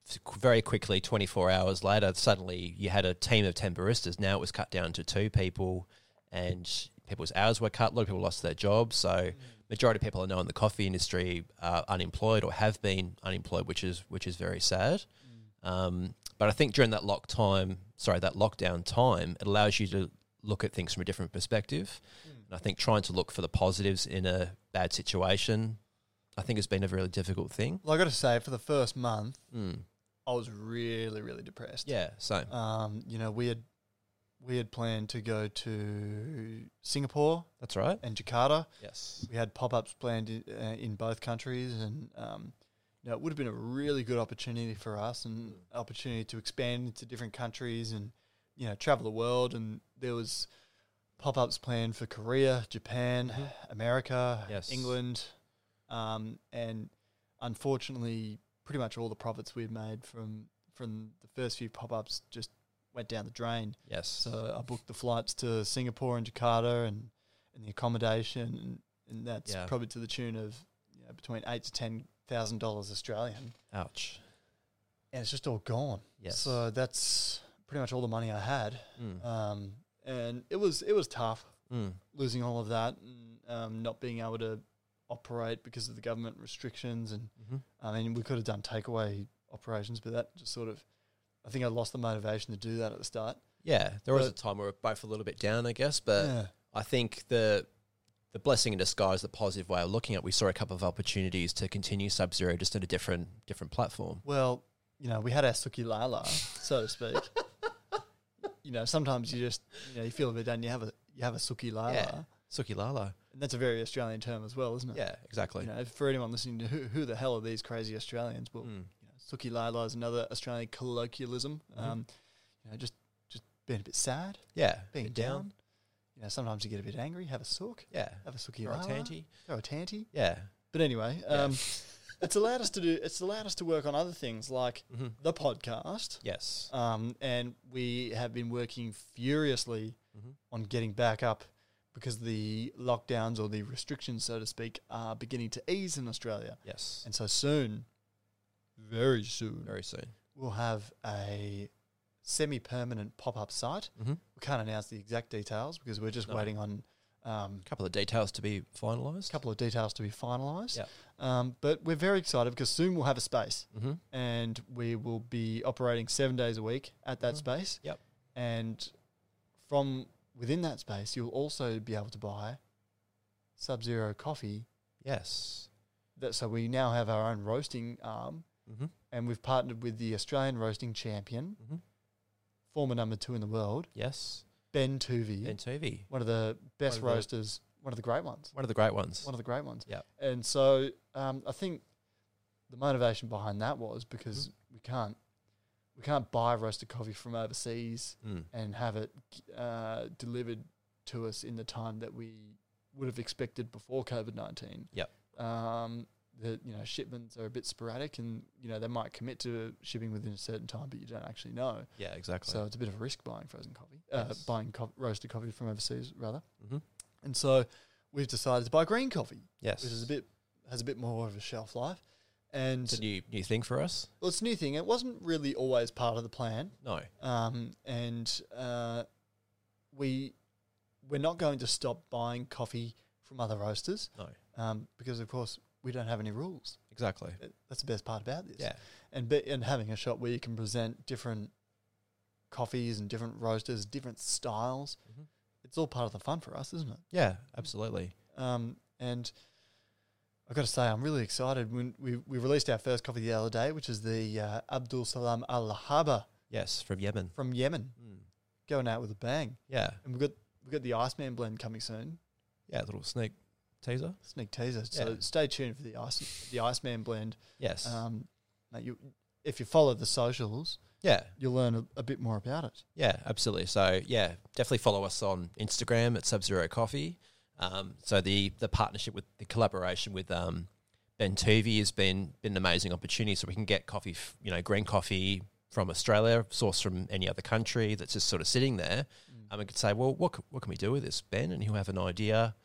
f- very quickly, 24 hours later, suddenly you had a team of 10 baristas. Now it was cut down to two people, and people's hours were cut. A lot of people lost their jobs. So, majority of people I know in the coffee industry are unemployed or have been unemployed, which is which is very sad. Mm, Um, but I think during that lock time, sorry, that lockdown time, it allows you to look at things from a different perspective. mm. And I think trying to look for the positives in a bad situation, I think has been a really difficult thing. Well, I got to say, for the first month, Mm. I was really, really depressed. Yeah, same. Um, you know, we had we had planned to go to Singapore That's right. and Jakarta. Yes. we had pop ups planned in, uh, in both countries, and um, you know, it would have been a really good opportunity for us and opportunity to expand into different countries and you know travel the world. And there was pop ups planned for Korea, Japan, America, Yes. England, um, and unfortunately, pretty much all the profits we had made from from the first few pop ups just went down the drain. Yes. So I booked the flights to Singapore and Jakarta and, and the accommodation and, and that's Yeah. probably to the tune of you know, between eight to ten thousand dollars Australian. Ouch. And it's just all gone. Yes. So that's pretty much all the money I had. Mm. Um, and it was it was tough Mm. losing all of that and um, not being able to operate because of the government restrictions and Mhm. I mean we could have done takeaway operations but that just sort of I think I lost the motivation to do that at the start. Yeah, there was a But- time we were both a little bit down, I guess, but yeah. I think the the blessing in disguise, the positive way of looking at, it, we saw a couple of opportunities to continue Sub Zero just at a different different platform. Well, you know, we had our suki lala, so to speak. you know, sometimes you just you know you feel a bit down. You have a you have a suki lala, Yeah. Suki Lala. and that's a very Australian term as well, isn't it? Yeah, exactly. You know, for anyone listening to who, who the hell are these crazy Australians? Well, Mm. you know, suki lala is another Australian colloquialism. Mm-hmm. Um, you know, just just being a bit sad, Yeah. being Bit down. You know, sometimes you get a bit angry. Have a sook. Yeah. Have a suki Or a lala. tanty. Throw a tanty. Yeah. But anyway, Yeah. um, it's allowed us to do. It's allowed us to work on other things like Mhm. the podcast. Yes. Um, and we have been working furiously Mm-hmm. on getting back up because the lockdowns or the restrictions, so to speak, are beginning to ease in Australia. Yes. And so soon, very soon, Very soon. we'll have a semi permanent pop up site. Mhm. We can't announce the exact details because we're just No. waiting on um, A couple of details to be finalized. a couple of details to be finalised. Yeah. Um, but we're very excited because soon we'll have a space. Mm-hmm. and we will be operating seven days a week at that Mhm. space. Yep. And from within that space, you'll also be able to buy Sub Zero coffee. Yes. That so we now have our own roasting arm, Mm-hmm. and we've partnered with the Australian roasting champion, Mhm. former number two in the world, Yes. Ben Tuvey, And TV. one of the best One of the- roasters, one of the great ones. One of the great ones. one of the great ones. Yeah. And so um, I think the motivation behind that was because Mm-hmm. we can't we can't buy roasted coffee from overseas Mm. and have it uh, delivered to us in the time that we would have expected before COVID nineteen. Yep. Um, the you know shipments are a bit sporadic, and you know they might commit to shipping within a certain time, but you don't actually know. Yeah, exactly. So it's a bit of a risk buying frozen coffee, uh, Yes. buying co- roasted coffee from overseas rather. mm-hmm. And so we've decided to buy green coffee Yes. which is a bit has a bit more of a shelf life. And It's a new, new thing for us. well, it's a new thing. It wasn't really always part of the plan. No. Um, and uh, we we're not going to stop buying coffee from other roasters No. um, because, of course, we don't have any rules. Exactly. Uh, That's the best part about this. Yeah. And be, and having a shop where you can present different coffees and different roasters, different styles. Mhm. It's all part of the fun for us, isn't it? Yeah. Absolutely. Um, and I Um, I've got to say, I'm really excited. When we, we released our first coffee the other day, which is the uh, Abdul Salam Al Haba Yes, from Yemen. from Yemen, Mm. going out with a bang. Yeah, And we've got we've got the Iceman blend coming soon. yeah, little sneak teaser. Sneak teaser. So Yeah. stay tuned for the ice the Iceman blend. Yes, Um, mate, you if you follow the socials, yeah, you'll learn a, a bit more about it. yeah, absolutely. So yeah, definitely follow us on Instagram at Sub Zero Coffee. Um, so the the partnership with the collaboration with um, Ben Tuvey has been been an amazing opportunity. So we can get coffee, f- you know, green coffee from Australia, sourced from any other country that's just sort of sitting there. Mm. And we could say, well, what c- what can we do with this, Ben? And he'll have an idea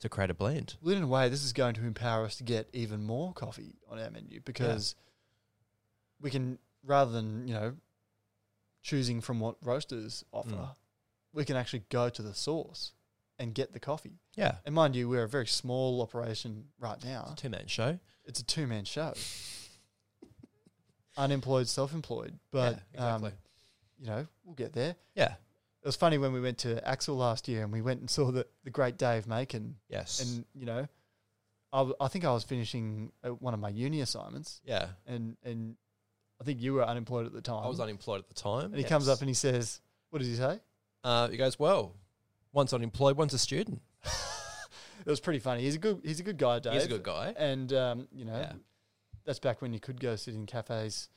to create a blend. Well, in a way, this is going to empower us to get even more coffee on our menu because we can, rather than you know, choosing from what roasters offer, Mm. we can actually go to the source and get the coffee. Yeah, And mind you, we're a very small operation right now. two man show. It's a two-man show, unemployed, self-employed, but yeah, um, you know, we'll get there. yeah. It was funny when we went to Axel last year and we went and saw the, the great Dave Macon Yes. and you know, I, w- I think I was finishing uh, one of my uni assignments, yeah. and and I think you were unemployed at the time. I was unemployed at the um, time. and he comes up and he says, "What does he say?" uh, he goes, "Well, one's unemployed, one's a student. It was pretty funny. He's a good he's a good guy, Dave. He's a good guy." and um, you know, Yeah. that's back when you could go sit in cafes,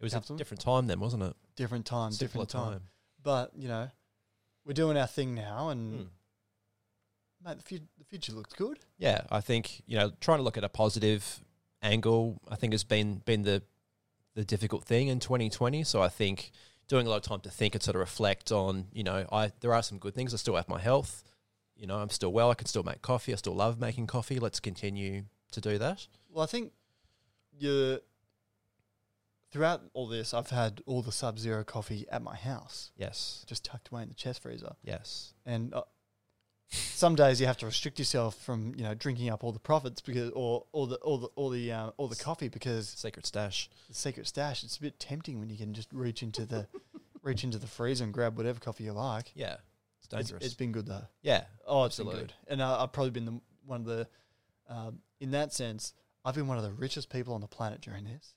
It was Absolutely. a different time then, wasn't it? different time, Simpler different time. But you know, we're doing our thing now, and Mm. Hmm. mate, the, fu- the future looks good. Yeah, I think you know trying to look at a positive angle. I think has been been the the difficult thing in 2020. So I think doing a lot of time to think and sort of reflect on you know I there are some good things. I still have my health. You know, I'm still well. I can still make coffee. I still love making coffee. Let's continue to do that. Well, I think you throughout all this, I've had all the Sub Zero coffee at my house, Yes. just tucked away in the chest freezer. Yes. And uh, some days you have to restrict yourself from you know drinking up all the profits because or all the all the all the uh, all the coffee because Secret stash. the secret stash. It's a bit tempting when you can just reach into the reach into the freezer and grab whatever coffee you like. Yeah. It's It's, dangerous. it's been good though. yeah. Oh, it's been Absolutely. good. And I, I've probably been the, one of the, um, in that sense, I've been one of the richest people on the planet during this.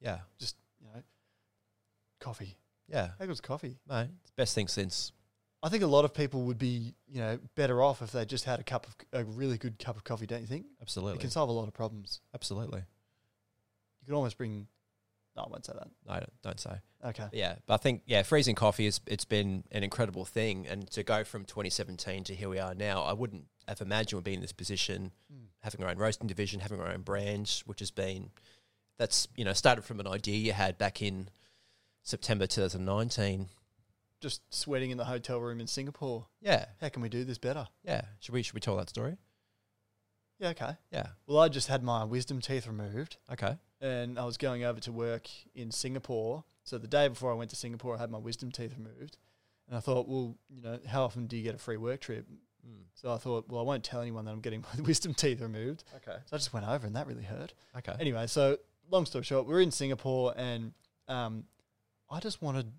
Yeah. Just, you know, coffee. Yeah. How good's coffee? No, it's best thing since. I think a lot of people would be, you know, better off if they just had a cup of a really good cup of coffee, don't you think? Absolutely. It can solve a lot of problems. Absolutely. You can almost bring, no, I won't say that. No, don't, don't say. Okay. But yeah, but I think yeah, freezing coffee is it's been an incredible thing, and to go from 2017 to here we are now, I wouldn't have imagined we'd be in this position, Mm. having our own roasting division, having our own brand, which has been that's you know started from an idea you had back in September 2019. Just sweating in the hotel room in Singapore. Yeah, How can we do this better? yeah. Should we should we tell that story? Yeah, okay. Yeah. Well, I just had my wisdom teeth removed. Okay. and I was going over to work in Singapore. So the day before I went to Singapore, I had my wisdom teeth removed, and I thought, well, you know, how often do you get a free work trip? Mm. So I thought, well, I won't tell anyone that I'm getting my wisdom teeth removed. Okay. So I just went over, and that really hurt. Okay. Anyway, so long story short, we're in Singapore, and um, I just wanted,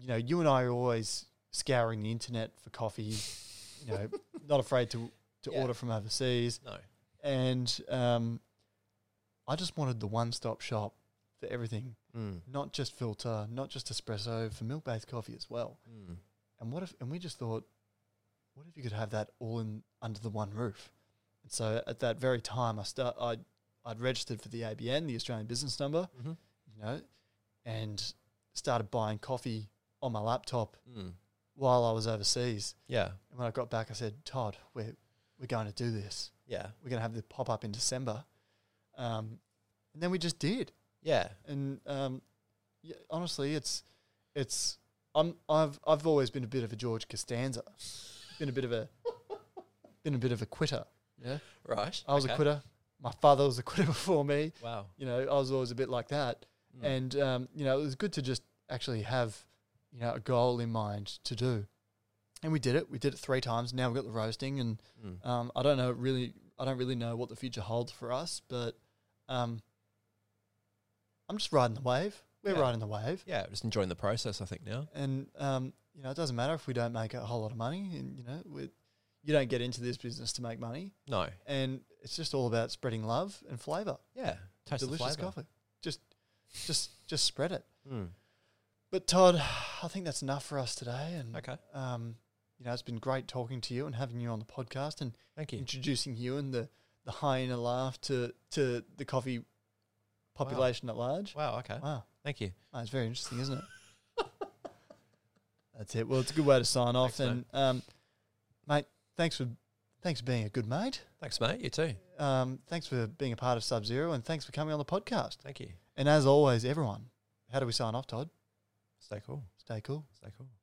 you know, you and I are always scouring the internet for coffee, you know, not afraid to to Yeah. order from overseas no. and um, I just wanted the one-stop shop for everything, Mm. not just filter, not just espresso, for milk-based coffee as well. Mm. And what if? And we just thought, what if you could have that all in under the one roof? And so at that very time, I start I I'd registered for the ABN, the Australian Business Number, Mhm. you know, and started buying coffee on my laptop Mm. while I was overseas. Yeah. And when I got back, I said, Todd, we're we're going to do this Yeah. we're going to have the pop up in December. Um, and then we just did. Yeah. And um, yeah, honestly, it's it's I'm I've I've always been a bit of a George Costanza, been a bit of a been a bit of a quitter. Yeah, Right. I was Okay. a quitter. My father was a quitter before me. Wow. You know, I was always a bit like that. Mm. And um, you know, it was good to just actually have you know a goal in mind to do. And we did it. We did it three times. Now we've got the roasting, and Mm. um, I don't know really. I don't really know what the future holds for us, but um, I'm just riding the wave. We're Yeah. riding the wave, Yeah, just enjoying the process. I think now. and um, you know it doesn't matter if we don't make a whole lot of money, and you know we you don't get into this business to make money, No. and it's just all about spreading love and flavour. Yeah. Taste Delicious the flavor. coffee. Just, just, just spread it. Mm. But Todd, I think that's enough for us today. And Okay. um, you know, it's been great talking to you and having you on the podcast and Thank you. introducing you and the the hyena laugh to to the coffee population at large. Wow. Okay. Wow, Thank you. that's very interesting, isn't it? that's it. Well, it's a good way to sign off. Thanks, and um, mate, thanks for thanks for being a good mate. Thanks, mate. You too. Um, thanks for being a part of Sub Zero, and thanks for coming on the podcast. Thank you. And as always, everyone, how do we sign off, Todd? Stay cool. Stay cool. Stay cool.